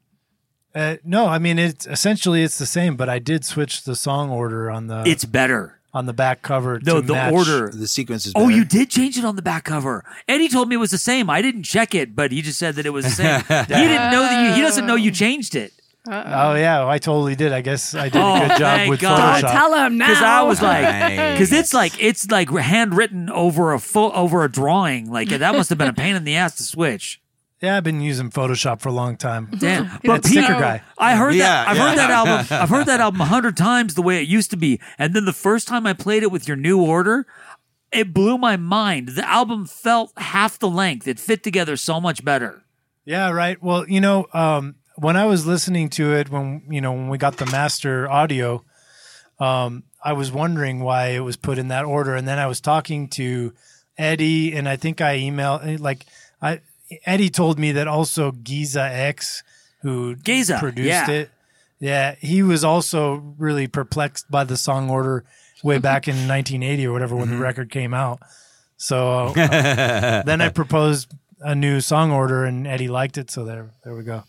G: Uh, no, I mean it's essentially it's the same, but I did switch the song order on the
H: it's better.
G: on the back cover.
H: No,
G: Uh, to
H: the
G: match-
H: order.
F: The sequence is.
H: Oh,
F: better.
H: you did change it on the back cover. Eddie told me it was the same. I didn't check it, but he just said that it was
G: <laughs>
H: the same. he didn't know that you. He doesn't know you changed it.
G: Oh yeah, I totally did. I guess I did
H: Oh,
G: a good job
H: thank
G: with
H: God.
G: Photoshop.
I: him
H: Because I was like,
B: Nice.
H: because it's like it's like handwritten over a fo- over a drawing. Like that must have been a pain in the ass to switch.
G: Yeah, I've been using Photoshop for a long time.
H: <laughs> Damn,
G: but
H: but
G: sticker
H: Pete-
G: guy.
H: I heard
B: Yeah,
H: that. I've
B: yeah.
H: heard that album.
B: <laughs>
H: I've heard that album a hundred times the way it used to be, and then the first time I played it with your new order, it blew my mind. The album felt half the length. It fit together so much better.
G: Yeah, right. Well, you know, um, when I was listening to it, when you know, when we got the master audio, um, I was wondering why it was put in that order, and then I was talking to Eddie, and I think I emailed eh, like I Eddie told me that also Giza X, who
H: Giza,
G: produced
H: yeah.
G: it, yeah, he was also really perplexed by the song order
H: <laughs>
G: way back in 1980 or whatever
H: Mm-hmm.
G: when the record came out.
H: <laughs>
G: So uh, then I proposed a new song order, and Eddie liked it. So there, there we go.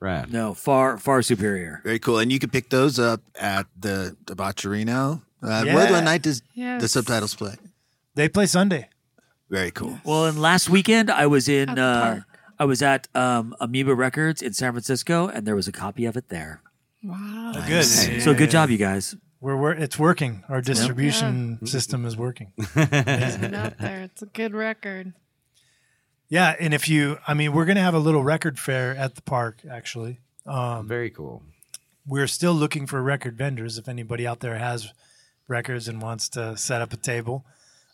B: Right.
H: No, far far superior.
F: Very cool. And you can pick those up at the
B: <laughs>
F: Debaucherino. Uh,
G: Yeah.
F: What, what night does the
I: Yes.
F: subtitles play?
G: They play Sunday.
F: Very cool.
H: Well, and last weekend I was in uh, I was at um, Amoeba Records in San Francisco, and there was a copy of it there.
I: wow.
G: Good.
H: So good job, you guys.
G: We're, we're it's working. Our distribution system is working.
I: Get out there. It's a good record.
G: Yeah, and if you, I mean, we're gonna have a little record fair at the park. Actually, um,
B: Very cool.
G: we're still looking for record vendors. If anybody out there has records and wants to set up a table,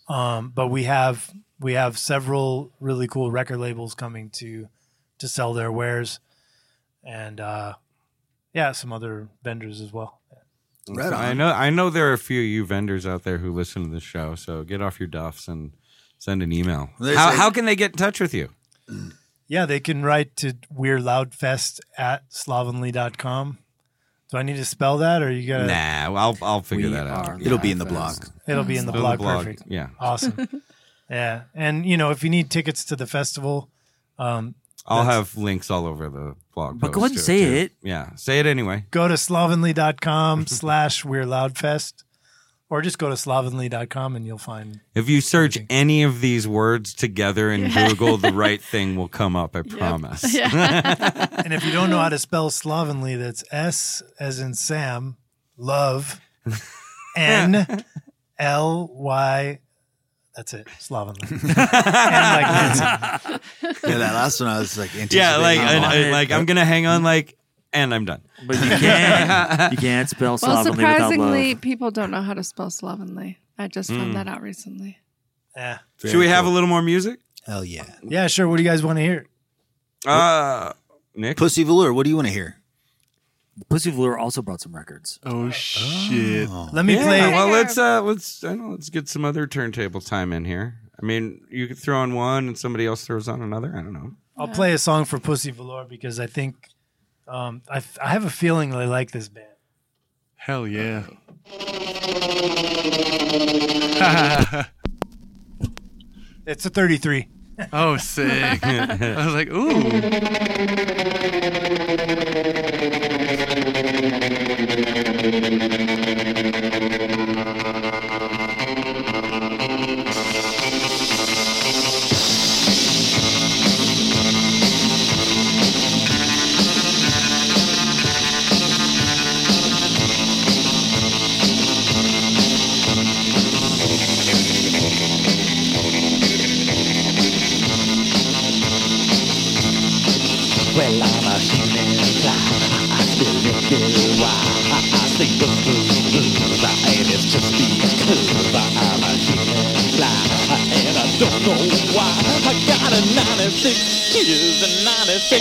G: um, but we have we have several really cool record labels coming to to sell their wares, and uh, yeah, some other vendors as well.
F: Right
B: So
F: on.
B: I know I know there are a few of you vendors out there who listen to this show, so get off your duffs and send an email.
F: There's
B: How,
F: a-
B: how can they get in touch with you?
G: Yeah, they can write to We're Loudfest at slovenly.com. Do I need to spell that or you got to?
B: Nah, well, I'll I'll figure that out.
F: It'll be in the blog.
G: It'll be in the
B: It'll
G: blog. Perfect.
B: Yeah.
G: <laughs> Awesome. yeah. And, you know, if you need tickets to the festival, um,
B: I'll
G: that's-
B: have links all over the blog.
H: But go
B: post
H: ahead and
B: to
H: say
B: too.
H: it.
B: Yeah, say it anyway.
G: go to slovenly.com <laughs> slash We're Loudfest or just go to slovenly.com and you'll find.
B: If you search any of these words together in Google, the right thing will come up. I promise. <laughs>
G: And if you don't know how to spell slovenly, that's S as in Sam,
B: <laughs>
G: love, N, L, Y. That's it.
B: <laughs>
G: Slovenly. N like Nancy.
F: Yeah, that last one I was like,
B: Yeah, like
F: anticipating.
B: I, I- like I'm gonna hang on like and I'm done.
H: But you <laughs> can't. you can't spell
I: well,
H: slovenly without
I: surprisingly,
H: love.
I: people don't know how to spell slovenly. I just
B: Mm.
I: found that out recently.
G: Yeah.
B: Should we have a little more music?
F: Hell yeah.
G: Yeah, sure. What do you guys want to hear?
B: Uh, Nick?
F: Pussy Velour, what do you want to hear?
H: Pussy Velour also brought some records.
J: Oh shit!
G: Let me
B: Yeah,
G: play-
B: Well, let's uh, let's I don't know, let's get some other turntable time in here. I mean, you could throw on one and somebody else throws on another. I don't know.
G: I'll play a song for Pussy Velour because I think um, I, I have a feeling they like this band.
J: Hell yeah!
G: <laughs> it's a 33.
J: Oh, sick! I was like,
A: Well, I'm a human fly. I still look good. Why? I, I think the blues. I and it's just because I'm a human fly. And I don't know why. I got a 96. Here's a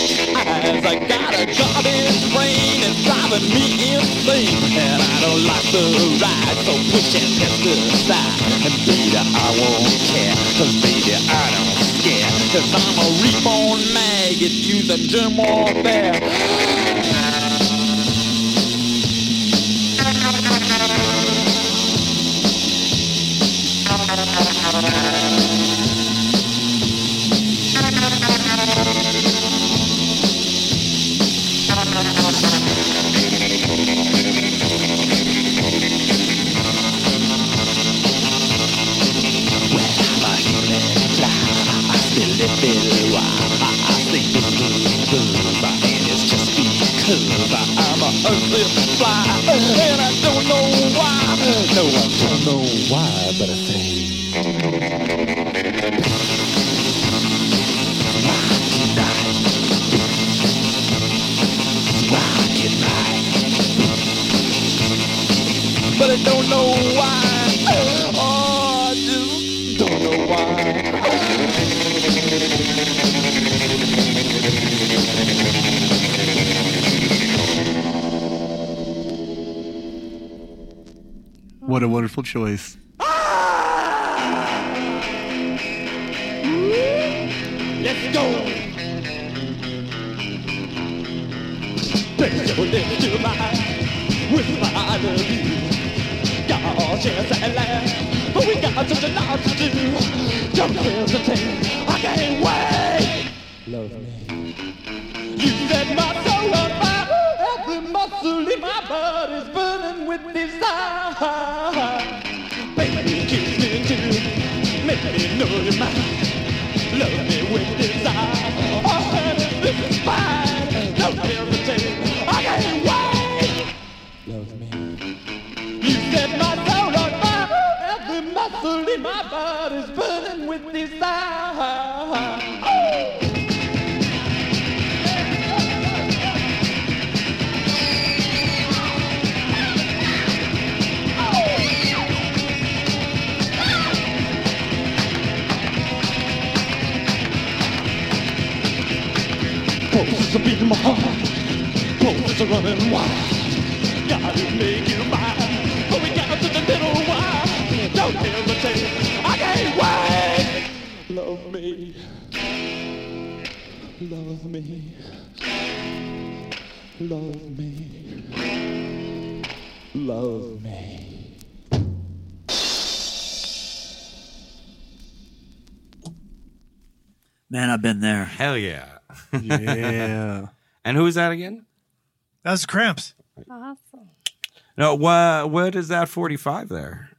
A: 96 eyes. I got a job in brain. It's driving me insane. And I don't like the ride. So push and test the side. And baby, I won't care. Cause baby, I don't scare. Cause I'm a reborn mag. If you's a germ or bear. I'm a human fly. I still live in wild. I, I think the blues, and it's just because I'm a earthly fly, and I don't know why. No, I don't know why, but I think. But I don't know why. Oh, I just don't know
J: what a wonderful choice.
A: Let's go. Take your lips to mine, whisper I love you. Gorgeous and laugh, but we got such a lot to do. Don't hesitate, I can't wait. Love me. You set my soul on fire, every muscle in my body's burning with desire. Baby, kiss me too, make me know you're mine. Love me with desire. Oh, honey, this is fine. No hesitation. I can't wait. Love me. You set my soul on fire. Every muscle in my body's burning with desire. Oh. Pulses are beating my heart. Pulses are running wild. God is making mine. But we got such a little while. Don't hesitate. I can't wait. Love me. Love me. Love me. Love me.
H: Man, I've been there.
B: Hell yeah.
J: Yeah.
B: and who is that again?
G: That's Cramps.
I: Awesome.
B: No, what what is that 45 there?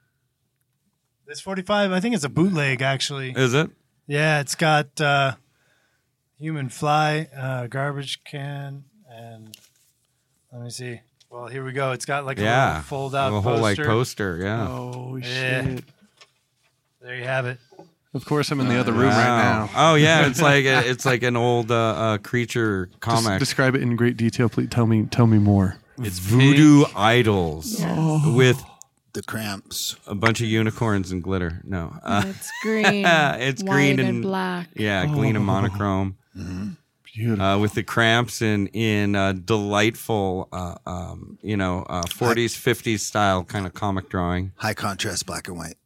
G: This 45, I think it's a bootleg, actually.
B: Is it?
G: Yeah, it's got uh, Human Fly, uh, Garbage Can, and let me see. Well, here we go. It's got like a
B: Yeah.
G: little fold out
J: Oh,
B: A whole, like, poster, yeah.
G: Oh, shit. There you have it.
J: Of course, I'm in the other room right
B: Wow.
J: now.
B: Oh yeah, it's
J: <laughs>
B: like a, it's like an old uh, uh, creature
J: Just
B: comic.
J: describe it in great detail, please. Tell me, tell me more.
B: It's voodoo idols
J: Yes.
B: with
F: the cramps,
B: a bunch of unicorns and glitter. No, uh,
I: It's
B: <laughs>
I: green,
B: it's green
I: white and
B: and,
I: black.
B: Yeah, green and
I: Oh.
B: monochrome.
J: Beautiful.
B: Uh, with the cramps and in uh, delightful, uh, um, you know, uh, 40s, 50s style kind of comic drawing.
F: High contrast, black and white.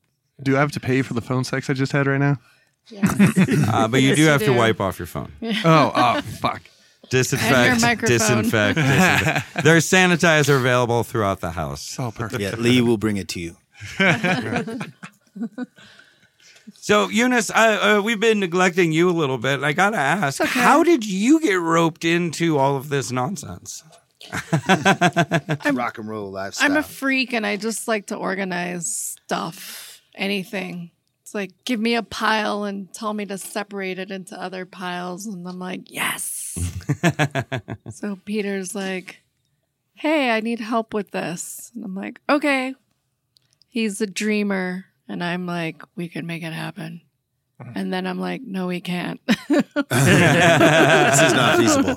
J: Do I have to pay for the phone sex I just had right now?
B: Uh, but you do have to wipe off your <laughs> phone.
J: Oh, oh, fuck.
B: Disinfect,
J: <laughs>
B: disinfect, disinfect. There's sanitizer available throughout the house.
J: Oh, perfect.
F: Yeah, Lee will bring it to you.
B: So, Eunice, uh, uh, we've been neglecting you a little bit. I got to ask, how did you get roped into all of this nonsense?
F: Rock and roll lifestyle.
I: I'm a freak and I just like to organize stuff, anything. It's like, give me a pile and tell me to separate it into other piles. And I'm like, yes. so Peter's like, hey, I need help with this. And I'm like, okay. He's a dreamer. And I'm like, we can make it happen.
B: Uh-huh.
I: And then I'm like, no, we can't.
G: This is not feasible.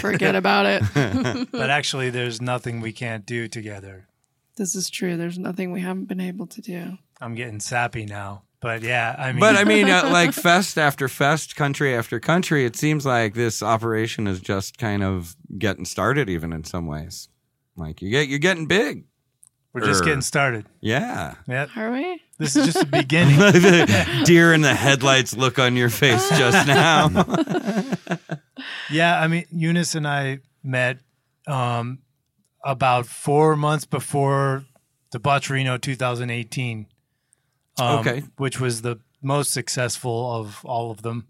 I: Forget about it.
G: but actually, there's nothing we can't do together.
I: This is true. There's nothing we haven't been able to do.
G: I'm getting sappy now. But yeah, I mean,
B: but I mean, uh, <laughs> like fest after fest, country after country, it seems like this operation is just kind of getting started, even in some ways. Like you get, you're getting big.
G: we're just
B: Er,
G: getting started.
B: Yeah.
G: Yep.
I: Are we?
G: This is
I: <laughs>
G: just the beginning.
B: The <laughs> Deer in the headlights look on your face just now.
G: yeah, I mean, Eunice and I met um, about four months before the Botcherino 2018.
B: Okay.
G: um, Which was the most successful of all of them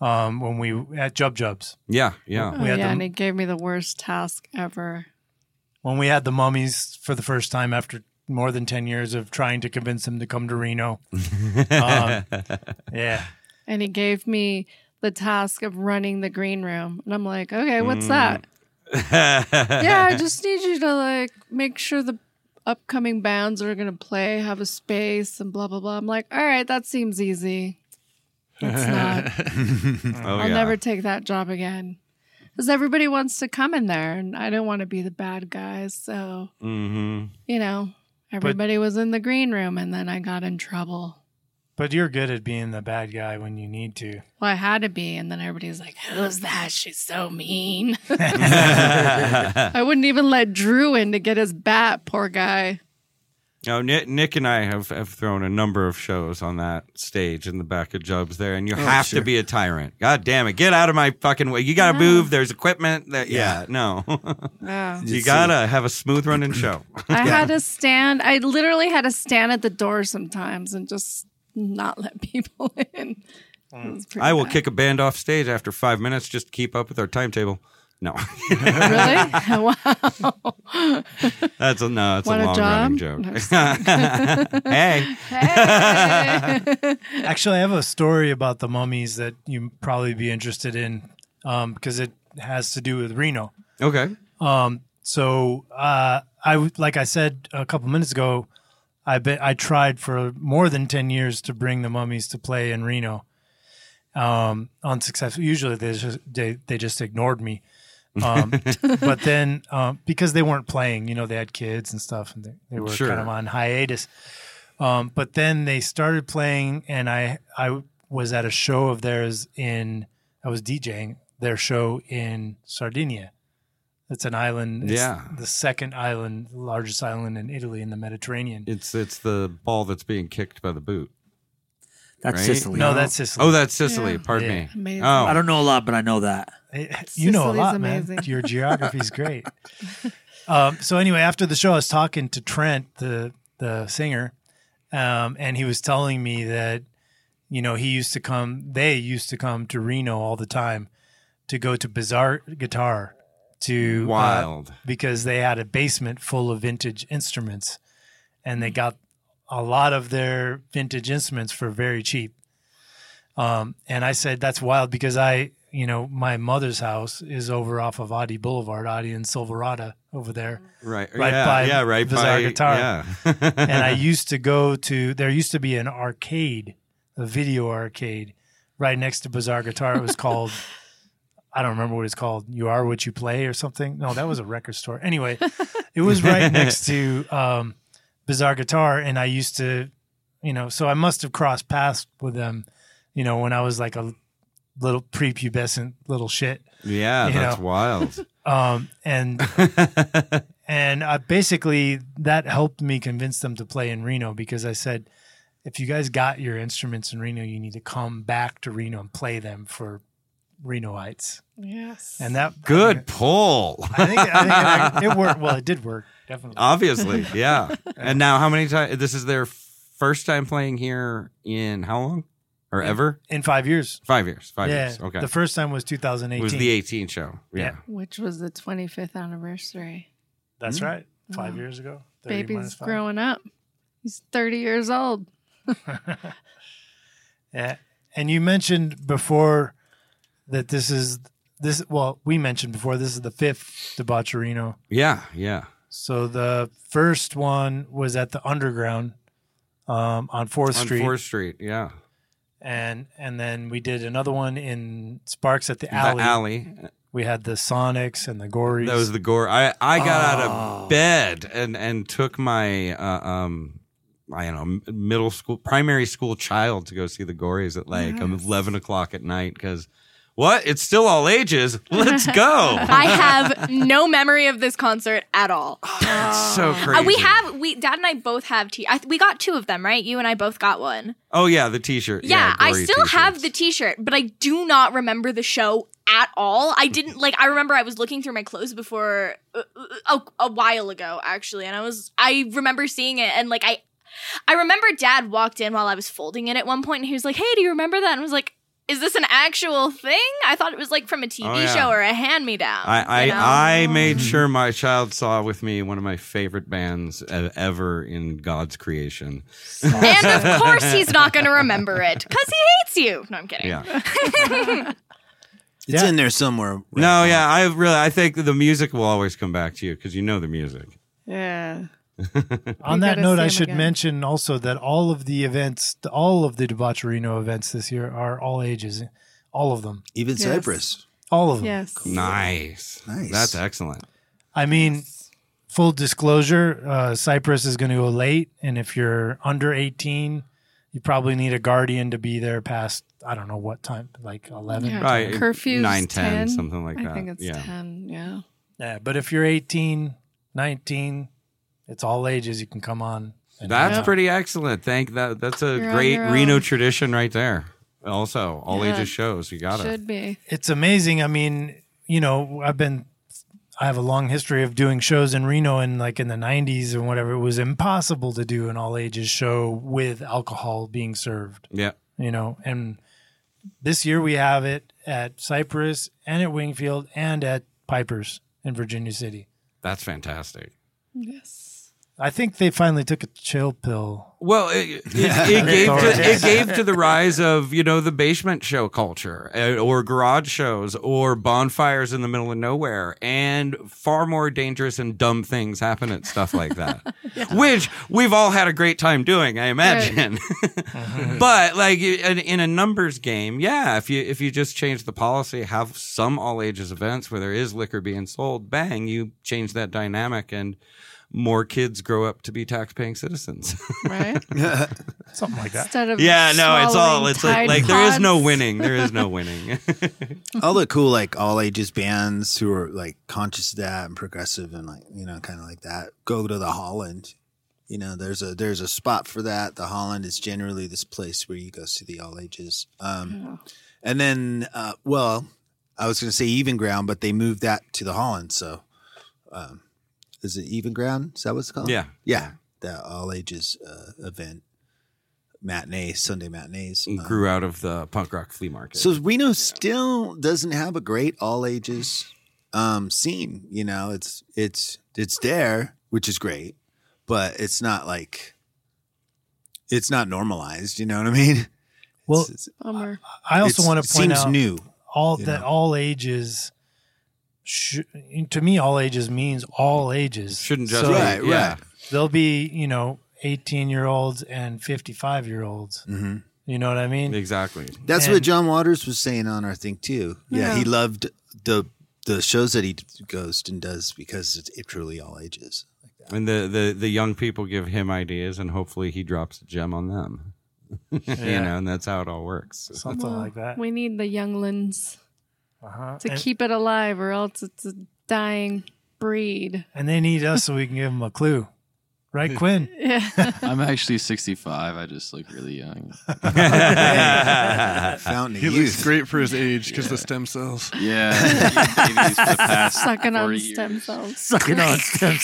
G: um, when we at Jub Jubs.
B: <laughs> Yeah, yeah.
I: Oh,
G: We had
I: yeah,
G: the-
I: and he gave me the worst task ever.
G: when we had the mummies for the first time after more than 10 years of trying to convince them to come to Reno. um, yeah.
I: And he gave me the task of running the green room. And I'm like, okay, what's that? yeah, I just need you to like make sure the upcoming bands that are going to play have a space and blah, blah, blah. I'm like, all right, that seems easy. It's not.
B: Oh,
I: I'll
B: yeah.
I: never take that job again. Because everybody wants to come in there, and I don't want to be the bad guy. So,
B: Mm-hmm.
I: you know, everybody was in the green room, and then I got in trouble.
G: But you're good at being the bad guy when you need to.
I: <laughs> Well, I had to be, and then everybody's like, "Who's that? She's
G: <laughs>
I: so mean." I wouldn't even let Drew in to get his bat. Poor guy.
B: Now, Nick, Nick and I have, have thrown a number of shows on that stage in the back of Jubs there, and you
F: Oh,
B: have
F: sure.
B: to be a tyrant. God damn it. Get out of my fucking way. You got to
I: Yeah.
B: move. There's equipment. That, yeah.
F: Yeah.
B: no. <laughs>
I: Yeah.
B: you got to have a smooth running show. <laughs>
I: I had to stand. I literally had to stand at the door sometimes and just not let people <laughs> in. It was pretty
B: I will
I: bad.
B: kick a band off stage after five minutes just to keep up with our timetable. No. <laughs>
I: really? <laughs> wow.
B: That's a, no, that's
I: Want
B: a
I: a
B: long running
I: job?
B: joke.
I: No, I'm
B: <laughs> hey.
G: Actually, I have a story about the mummies that you probably be interested in um, because it has to do with Reno.
B: Okay.
G: Um, so uh, I w- like I said a couple minutes ago, I bet I tried for more than ten years to bring the mummies to play in Reno. Um, unsuccessful. Usually they just they, they just ignored me. Um, but then um, because they weren't playing, you know, they had kids and stuff, and they, they were
B: Sure.
G: kind of on hiatus. Um, but then they started playing, and I I was at a show of theirs in I was DJing their show in Sardinia. It's an island. It's
B: Yeah.
G: the second island, largest island in Italy in the Mediterranean.
B: It's it's the ball that's being kicked by the boot.
H: That's
B: Right?
H: Sicily.
G: No, that's Sicily.
B: Oh, that's Sicily.
G: Yeah.
B: Pardon
G: Yeah.
B: me.
I: Amazing.
B: Oh,
H: I don't know a lot, but I know that.
G: you know a
I: Sicily's
G: lot, man.
I: amazing.
G: Your geography's great.
I: <laughs>
G: Um, so anyway, after the show, I was talking to Trent, the the singer, um, and he was telling me that you know he used to come, they used to come to Reno all the time to go to Bizarre Guitar to uh,
B: Wild.
G: because they had a basement full of vintage instruments, and they got a lot of their vintage instruments for very cheap. Um, and I said, that's wild because I, you know, my mother's house is over off of Adi Boulevard, Adi and Silverado over there.
B: Right.
G: Right
B: Yeah,
G: by
B: yeah, right
G: Bizarre
B: by-
G: Guitar.
B: yeah.
G: and I used to go to, there used to be an arcade, a video arcade right next to Bizarre Guitar. It was called, I don't remember what it's called. You are what you play or something. No, that was a record store. Anyway, it was right next to um, Bizarre Guitar, and I used to, you know, so I must have crossed paths with them, you know, when I was like a little prepubescent little shit.
B: <laughs> Yeah,
G: you
B: that's
G: know? <laughs>
B: wild.
G: Um,
B: <laughs>
G: and and I basically that helped me convince them to play in Reno because I said, if you guys got your instruments in Reno, you need to come back to Reno and play them for Renoites.
I: Yes.
G: And that
B: Good pull.
G: I think, I think it, it worked. Well, it did work definitely.
B: Obviously,
G: <laughs>
B: yeah. And now, how many times? This is their first time playing here in how long or ever?
G: in five years.
B: Five years. Five
G: yeah,
B: years. Okay.
G: The first time was
B: It
G: 2018.
B: was the 18 show. Yeah.
G: Yeah.
I: Which was the 25th anniversary.
G: That's right. Five
I: Mm. Wow.
G: years ago. 30 minus
I: Baby's
G: five.
I: growing up. He's 30
G: <laughs>
I: years old. <laughs>
G: Yeah. Eh, And you mentioned before that this is this well, we mentioned before this is the fifth debaucherino.
B: Yeah. Yeah.
G: So the first one was at the underground um, on Fourth
B: On
G: Street.
B: Fourth Street. Yeah.
G: and and then we did another one in Sparks at the
B: The
G: alley.
B: alley.
G: We had the Sonics and the Gories.
B: That was the gore. I, I got out
L: Oh.
B: of bed and and took my uh, um I don't know middle school primary school child to go see the Gories at like eleven o'clock at night because what it's still all ages. Let's go.
L: <laughs>
B: <laughs>
L: I have no memory of this concert at all.
B: so
L: Uh,
B: crazy.
L: we have we dad and I both have t. I, we got two of them, right? You and I both got one.
B: oh yeah, the T-shirt.
L: Yeah, I
B: gory
L: still
B: t-shirt.
L: have the T-shirt, but I do not remember the show at all.
B: <laughs>
L: I didn't like. I remember I was looking through my clothes before uh, uh, a, a while ago, actually, and I was. I remember seeing it, and like I, I remember Dad walked in while I was folding it at one point, and he was like, "Hey, do you remember that?" And I was like, "Is this an actual thing? I thought it was like from a TV
B: Oh, yeah.
L: show or a hand-me-down."
B: <laughs> I, I,
L: you know?
B: I made sure my child saw with me one of my favorite bands e- ever in God's creation.
L: and of course, he's not going to remember it because he hates you. No, I'm kidding.
B: <laughs> Yeah.
F: It's in there somewhere.
B: No, yeah, I really, I think the music will always come back to you because you know the music.
I: Yeah.
G: On
I: You
G: that
I: gotta
G: note,
I: see
G: I
I: him
G: should
I: again.
G: mention also that all of the events, all of the debaucherino events this year are all ages, all of them,
F: Even
G: Yes.
F: Cypress.
G: all of them.
I: Yes.
B: Nice,
F: Nice.
B: That's excellent.
G: I mean, full disclosure, uh, Cyprus is going to go late, and if you're under 18, you probably need a guardian to be there past I don't know what time, like 11.
I: Yeah,
B: Right,
I: Curfew's
B: nine, 10,
I: 10,
B: something like that.
I: I think it's
B: Yeah.
I: 10. Yeah.
G: Yeah, but if you're 18, 19, it's all ages. You can come on. and hang
B: That's
G: out.
B: pretty excellent. Thank that. That's a
I: You're on
B: great
I: your
B: Reno
I: own.
B: tradition right there. Also, all
I: Yeah.
B: ages shows. You got it.
I: Should be.
G: it's amazing. I mean, you know, I've been I have a long history of doing shows in Reno and like in the 90s and whatever. It was impossible to do an all ages show with alcohol being served,
B: Yeah.
G: you know. And this year we have it at Cypress and at Wingfield and at Piper's in Virginia City.
B: That's fantastic.
I: Yes.
G: I think they finally took a chill pill.
B: Well, it, it, it gave to, it gave to the rise of you know the basement show culture, uh, or garage shows, or bonfires in the middle of nowhere, and far more dangerous and dumb things happen at stuff like that, which we've all had a great time doing, I imagine. <laughs> but like in, in a numbers game, yeah, if you if you just change the policy, have some all ages events where there is liquor being sold, bang, you change that dynamic and. More kids grow up to be tax paying citizens.
I: Right?
G: Something like that.
I: <laughs> Instead of
B: Yeah, no, it's all
I: swallowing
B: it's like,
I: Tide
B: like there is no
I: Pods.
B: winning. There
I: <laughs>
B: is no winning. <laughs>
F: all the cool like all ages bands who are like conscious of that and progressive and like you know kind of like that go to the holland you know there's a there's a spot for that the holland is generally this place where you go see the all ages um and then uh well i was going to say even ground but they moved that to the holland so um is it even ground is that what it's called
B: Yeah.
F: yeah the all ages uh, event matinee sunday matinees um,
B: Grew out of the punk rock flea market.
F: so Reno still doesn't have a great all ages um, scene. You know, it's it's it's there, which is great, but it's not like it's not normalized. You know what I mean?
G: Well,
I: Bummer.
G: <laughs> I also
F: It's-
G: want
F: it
G: to point
F: seems
G: out
F: new,
G: all
F: you
G: that
F: know?
G: all ages. Sh- to me, all ages means all ages.
B: Shouldn't just
G: So-
B: be, Right, yeah. right.
G: There'll be you know eighteen year olds and fifty five year olds,
F: Mhm.
G: You know what I mean?
B: Exactly.
F: That's what John Waters was saying on our thing too. Yeah,
G: Yeah.
F: he loved the the shows that he d- goes and does because it's it truly all ages.
B: And the, the, the young people give him ideas, and hopefully he drops a gem on them. <laughs> you
G: Yeah.
B: know, and that's how it all works.
G: Something like that.
I: We need the younglings
G: Uh-huh.
I: to
G: And-
I: keep it alive, or else it's a dying breed.
G: And they need us so we can give them a clue. Right, Quinn?
I: Yeah.
M: I'm actually 65. I just look really young.
J: he looks great for his age because the stem cells.
M: <laughs> Yeah.
I: <laughs>
M: He- he used the past
I: Sucking on
M: 40
I: stem
M: years.
I: cells.
M: Sucking on stem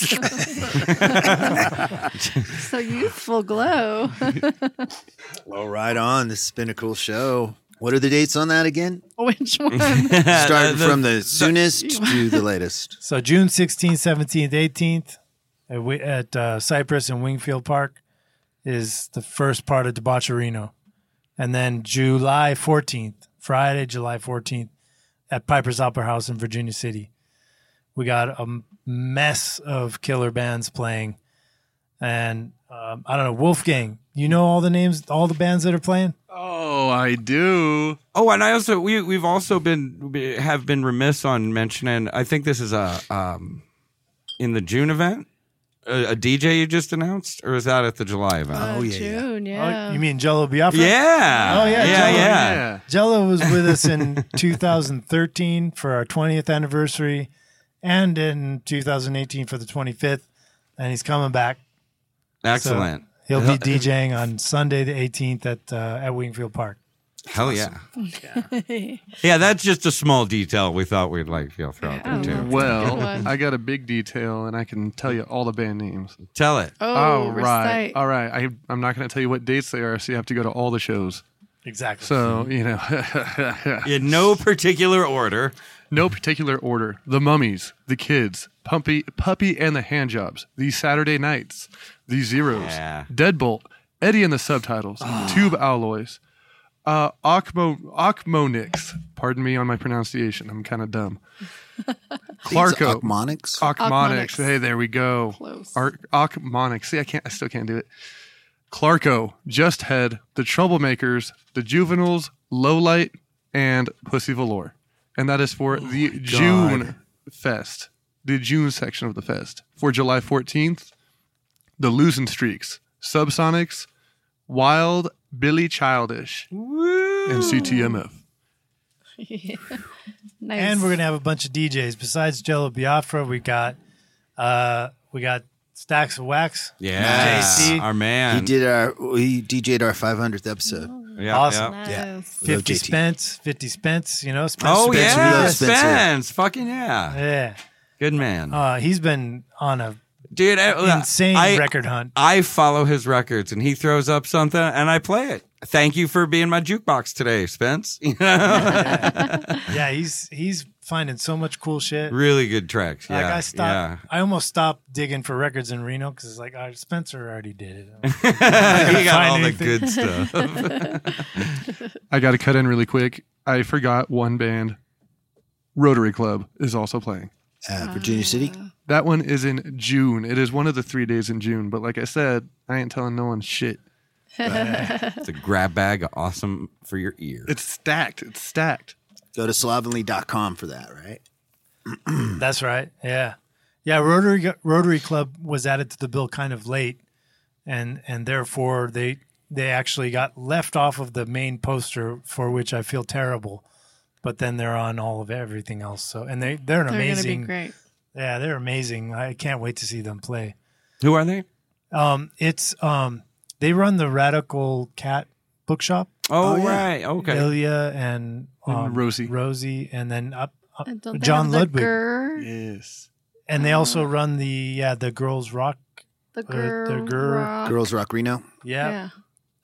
M: cells.
I: so youthful glow.
F: Well, right on. This has been a cool show. What are the dates on that again?
I: <laughs> Which
F: <laughs>
I: one?
F: Starting from the
I: <laughs>
F: soonest to the latest.
G: So June 16th, 17th, 18th at, Wi- at uh, Cypress and Wingfield Park is the first part of Debaucherino. And then July 14th, Friday, July 14th at Piper's Opera House in Virginia City. We got a m- mess of killer bands playing. And um, I don't know, Wolfgang, you know all the names, all the bands that are playing?
J: Oh, I do.
B: <laughs> Oh, and I also we we've also been we have been remiss on mentioning. I think this is a um in the June event. A, a DJ you just announced, or is that at the July event?
I: oh yeah, June, yeah.
G: Oh, you mean Jello Biafra?
B: Yeah.
G: Oh yeah.
B: Yeah,
G: Jello.
B: yeah.
G: Jello was with us
B: <laughs>
G: in 2013 for our 20th anniversary, and in 2018 for the 25th, and he's coming back.
B: Excellent.
G: So he'll be
B: Hell-
G: DJing on Sunday the 18th at uh, at Wingfield Park.
B: Hell yeah. Yeah, that's just a small detail we thought we'd like to throw out there too.
J: Well, I got a big detail, and I can tell you all the band names.
B: Tell it.
I: Oh, recite.
J: all right. I, I'm not going to tell you what dates they are, so you have to go to all the shows.
G: Exactly.
J: So you know,
B: in no particular order.
J: No particular order. The Mummies, The Kids, Pumpy, Puppy and the Handjobs, The Saturday Nights, The Zeros, Deadbolt, Eddie and the Subtitles, Tube Alloys, uh, Ochmo, Ochmonix. Pardon me on my pronunciation. I'm kind of dumb. Clarko.
F: Ochmonix?
J: Ochmonix.
F: Ochmonix.
J: Hey, there we go.
F: Close.
J: Ar- Ochmonix. See, I can't. I still can't do it. Clarko, Just Head, The Troublemakers, The Juveniles, Lowlight, and Pussy Valor. And that is
G: Oh
J: for the June Fest, the June section of the fest. For July 14th, The Losing Streaks, Subsonics, Wild, Billy Childish, and CTMF.
I: nice.
G: And we're gonna have a bunch of DJs besides Jello Biafra. We got uh, we got Stacks of Wax.
B: Yeah,
G: JC.
B: our man.
F: He did our he DJ'd our 500th episode.
B: Yeah,
G: awesome.
B: yeah.
F: Yeah. Love
G: Fifty
F: JT.
G: Spence. Fifty Spence. You know. Spence
B: Oh
G: Spence, we
B: yeah,
G: love Spence here.
B: Spence. Fucking yeah.
G: Yeah.
B: Good man.
G: Uh, he's been on a
B: Dude, I- uh,
G: insane
B: I-
G: record hunt.
B: I follow his records and he throws up something and I play it. Thank you for being my jukebox today, Spence. <laughs> You know?
G: Yeah, he's he's finding so much cool shit.
B: really good tracks. Yeah.
G: Like I <laughs>
B: yeah.
G: stopped. I almost stopped digging for records in Reno because it's like, all right, Spencer already did it.
B: he got all
G: Find
B: the good
G: anything. <laughs>
B: stuff.
J: I got to cut in really quick. I forgot one band. Rotary Club is also playing.
F: Uh, Virginia City.
J: That one is in June. It is one of the three days in June. But like I said, I ain't telling no one shit.
B: it's a grab bag of awesome for your ear.
J: It's stacked. It's stacked.
F: Go to slovenly.com for that, right?
B: <laughs>
G: That's right. Yeah, yeah. Rotary Rotary Club was added to the bill kind of late, and and therefore they they actually got left off of the main poster for which I feel terrible. But then they're on all of everything else. So and they they're an
I: They're gonna be
G: amazing.
I: great.
G: Yeah, they're amazing. I can't wait to see them play.
B: Who are they?
G: Um, it's um, they run the Radical Cat Bookshop.
B: Oh, Oh, yeah. right. Okay.
G: Ilya and,
J: And
G: um,
J: Rosie.
G: Rosie, and then up, up
I: And don't they
G: John
I: have the
G: Ludwig.
I: Gurr?
J: Yes.
G: And they also run the yeah the girls rock.
I: The
G: or
I: Gurr Rock.
F: Girls Rock Reno.
G: Yeah.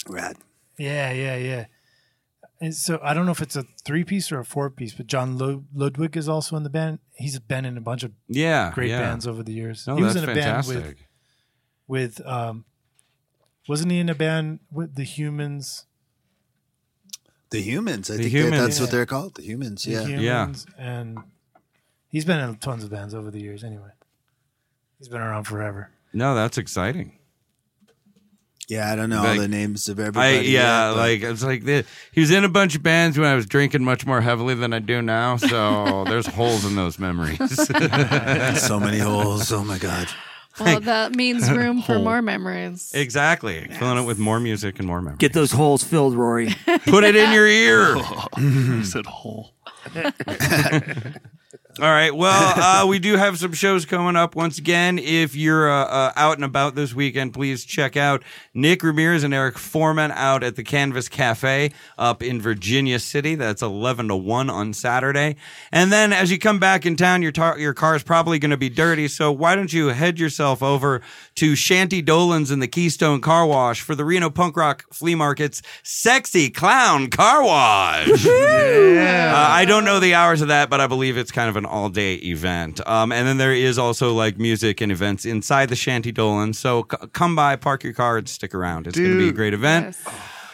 F: Rad.
G: yeah, yeah, yeah, And so I don't know if it's a three piece or a four piece, but John Lu- Ludwig is also in the band. He's been in a bunch of
B: Yeah,
G: great
B: yeah.
G: bands over the years.
B: No,
G: he was
B: that's
G: in a band
B: fantastic.
G: with with um, wasn't he in a band with the Humans?
F: The humans. I
B: The
F: think
B: Humans.
F: That that's what
G: Yeah.
F: they're called. The humans.
G: The
F: Yeah.
G: Humans, and he's been in tons of bands over the years. Anyway, he's been around forever.
B: No, that's exciting.
F: Yeah, I don't know
B: Like-
F: all the names of
B: I
F: everybody.
B: yeah,
F: yet, but-
B: like it's like the, he was in a bunch of bands when I was drinking much more heavily than I do
G: <laughs>
B: now. So there's holes in those memories. <laughs>
F: So many holes. Oh my god.
I: Well, that
G: <laughs>
I: means room for
B: Hole.
I: more memories.
B: Exactly. Filling it with more music and more memories.
H: Get those holes filled, Rory. <laughs>
B: Put it in
J: <laughs>
B: your ear.
J: I said hole.
B: <laughs> All right. Well, uh, we do have some shows coming up. Once again, if you're uh, uh, out and about this weekend, please check out Nick Ramirez and Eric Foreman out at the Canvas Cafe up in Virginia City. That's 11 to 1 on Saturday. And then as you come back in town, your, tar- your car is probably going to be dirty. So why don't you head yourself over to Shanty Dolan's in the Keystone Car Wash for the Reno Punk Rock Flea Market's Sexy Clown Car Wash? Uh, I don't know the hours of that, but I believe it's kind of an all day event. Um, and then there is also like music and events inside the Shanty Dolan. So c- come by, park your car, and stick around. It's going to be a
J: Dude.
B: great event.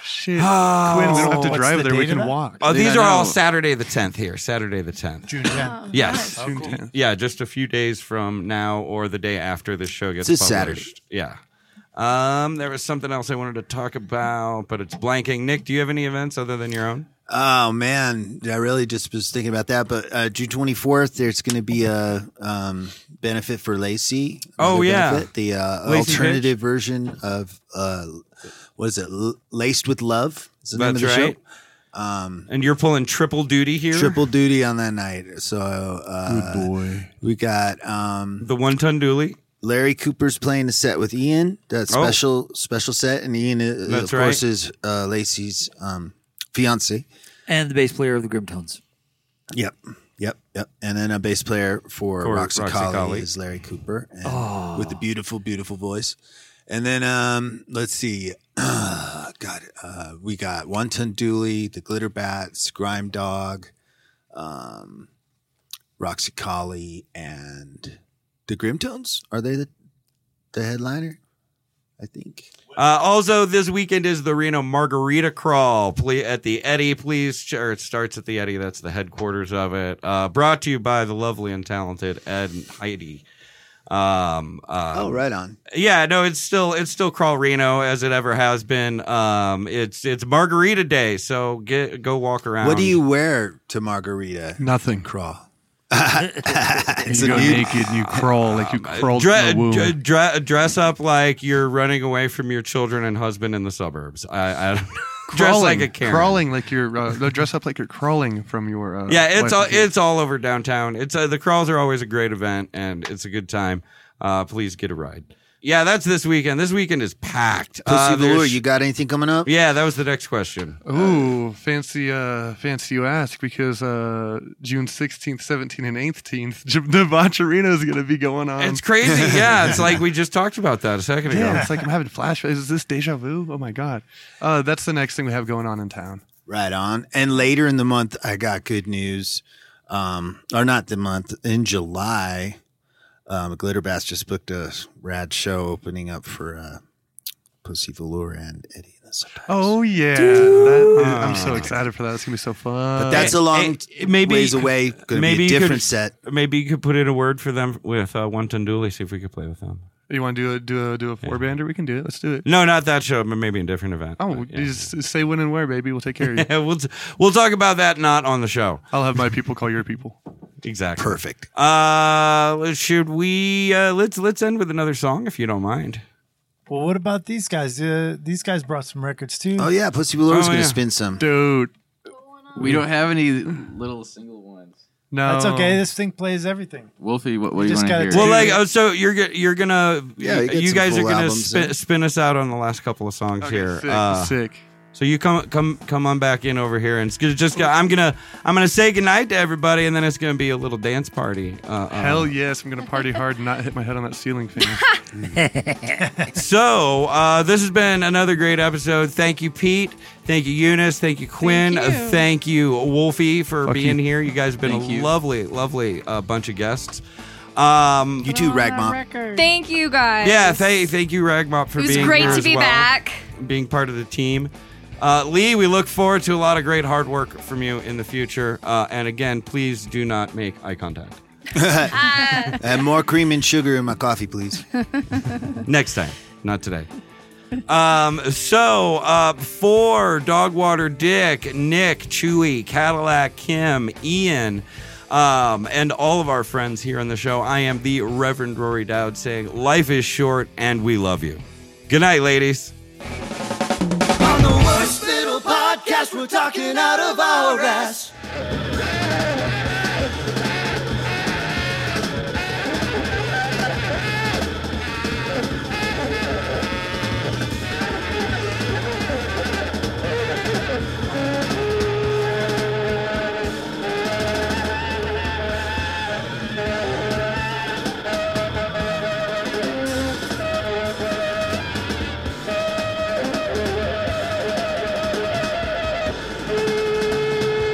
J: Shit. Quinn, we don't have to
B: What's
J: drive
B: the
J: there. We
B: date of
J: can
B: that?
J: walk.
B: Oh, these
J: Dude, I
B: are all
J: know.
B: Saturday the 10th here. Saturday the 10th. June 10th. yes.
J: Oh, cool. June 10th.
B: Yeah, just a few days from now or the day after this show gets
F: It's this
B: published. Yeah. Um, there was something else I wanted to talk about, but it's blanking. Nick, do you have any events other than your own?
F: Oh man, I really just was thinking about that. But uh, June twenty fourth, there's going to be a um, benefit for Lacey.
B: Oh,
F: another
B: yeah.
F: benefit, the uh,
B: Lacey
F: alternative version of uh, what is it? L- Laced with Love. Is the name of
B: That's
F: the
B: right.
F: show. Um,
B: And you're pulling triple duty here.
F: triple duty on that night. So uh,
J: Good boy.
F: We got um,
B: the one ton dually.
F: Larry Cooper's playing a set with Ian. That
B: Oh.
F: special special set, and Ian, uh,
H: That's
F: of
H: right.
F: course, is uh, Lacey's um, fiance.
H: and the bass player of the Grimtones.
F: Yep. Yep. Yep. And then a bass player for
H: For
F: Roxy,
H: Roxy
F: Collie
H: Collie.
F: is Larry Cooper and
H: Oh.
F: with the beautiful, beautiful voice. And then um, let's see. <clears throat> God, uh, we got One Ton Dooley, the Glitter Bats, Grime Dog, um, Roxy Collie, and the Grimtones. Are they the, the headliner? I think.
B: Uh, also, this weekend is the Reno Margarita Crawl ple- at the Eddy. Please, ch- or it starts at the Eddy. That's the headquarters of it. Uh, brought to you by the lovely and talented Ed and Heidi. Um, uh,
F: Oh, right on.
B: Yeah, no, it's still it's still Crawl Reno as it ever has been. Um, it's it's Margarita Day, so get go walk around.
F: What do you wear to Margarita?
J: Nothing.
F: Crawl.
J: You
F: it's
J: go
F: nude-
J: naked and you crawl like you crawled
B: Dre-
J: from the womb.
B: dre- dre- dress up like you're running away from your children and husband in the suburbs. I, I don't know. <laughs> dress like a Karen.
J: Crawling like you're uh, no, dress up like you're crawling from your. Uh,
B: yeah, it's
J: wife
B: all
J: and kids.
B: it's all over downtown. It's uh, the crawls are always a great event and it's a good time. Uh, please get a ride. Yeah, that's this weekend. This weekend is packed.
F: Pussy
B: Uh, there's-
F: Velour, you got anything coming up?
B: yeah, that was the next question.
J: Um, Ooh, fancy, uh, fancy you ask, because uh, June sixteenth, seventeenth, and eighteenth, Debaucherino is going to be going on. <laughs>
B: It's crazy. Yeah, it's like we just talked about that a second ago.
J: yeah, it's like I'm having flashbacks. Is this deja vu? Oh my god, uh, that's the next thing we have going on in town.
F: Right on. And later in the month, I got good news. Um, or not the month in July, um, Glitter Bass just booked a rad show opening up for uh, Pussy Velour and Eddie. That's
J: Oh yeah, that, I'm so excited for that. It's gonna be so fun.
F: but that's a long
B: eh, maybe-
F: ways away. Going to be
B: you
F: a
B: could-
F: different set.
B: Maybe you could put in a word for them with uh, One Ton Dooley. See if we could play with them.
J: You want to do a do a do a four bander? We can do it. Let's do it.
B: No, not that show, but maybe a different event.
J: Oh,
B: But, yeah.
J: you just say when and where, baby. We'll take care of you.
B: Yeah, <laughs> we'll t- we'll talk about that not on the show.
J: I'll have my people call your people.
B: <laughs> Exactly.
F: Perfect.
B: Uh, should we uh, let's let's end with another song if you don't mind.
G: Well, what about these guys? Uh, these guys brought some records too.
F: Oh yeah, Pussy Velour is
B: Oh,
F: going to
B: yeah.
F: spin some.
J: Dude,
M: We don't have any little single ones.
J: no,
G: That's okay. This thing plays everything.
M: Wolfie, what,
G: We
M: what do you
G: just
M: want to
G: gotta
M: hear?
G: do
B: Well, like
G: it.
B: oh, so you're go- you're gonna
F: Yeah, you get
B: you
F: some
B: guys are
F: full
B: gonna
F: albums
B: spin,
F: in.
B: spin us out on the last couple of songs here.
J: Sick,
B: Uh,
J: sick.
B: So you come come come on back in over here and it's gonna- just go- I'm gonna I'm gonna say goodnight to everybody and then it's gonna be a little dance party. Uh, uh,
J: Hell yes, I'm gonna party hard and not hit my head on that ceiling fan.
B: So, uh, this has been another great episode. Thank you, Pete. Thank you, Eunice. Thank you, Quinn. Thank you, Thank you Wolfie, for
J: Fuck
B: being
J: you.
B: here. You guys have been
M: Thank
B: a
M: you.
B: lovely, lovely uh, bunch of guests. Um,
F: You too, Ragmop.
I: Record.
L: Thank you guys.
B: yeah, th- thank you, Ragmop, for
L: It was
B: being
L: great
B: here
L: to
B: as
L: be
B: well,
L: back.
B: being part of the team. Uh, Lee, we look forward to a lot of great hard work from you in the future. Uh, and again, please do not make eye contact.
F: And more cream and sugar in my coffee, please.
B: Next time, not today. Um, so, uh, for Dogwater Dick, Nick, Chewy, Cadillac, Kim, Ian, um, and all of our friends here on the show, I am the Reverend Rory Dowd saying, Life is short and we love you. Good night, ladies.
A: On the worst little podcast, we're talking out of our ass.
P: Thank you.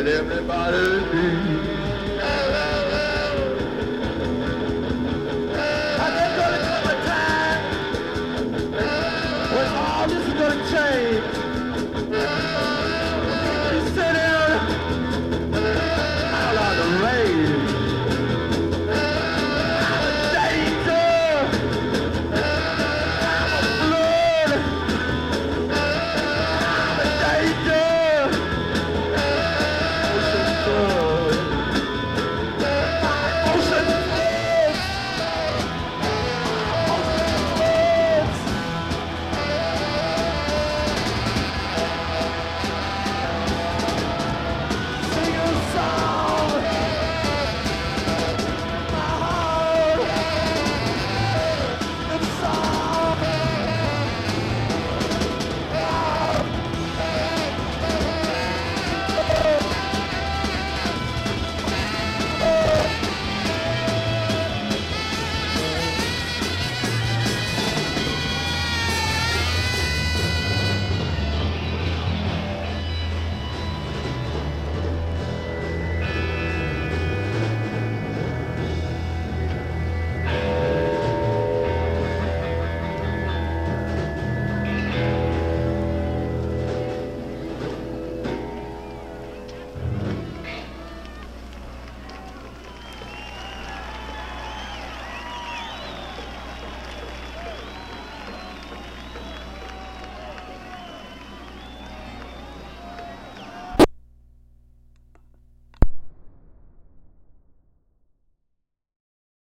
A: baby.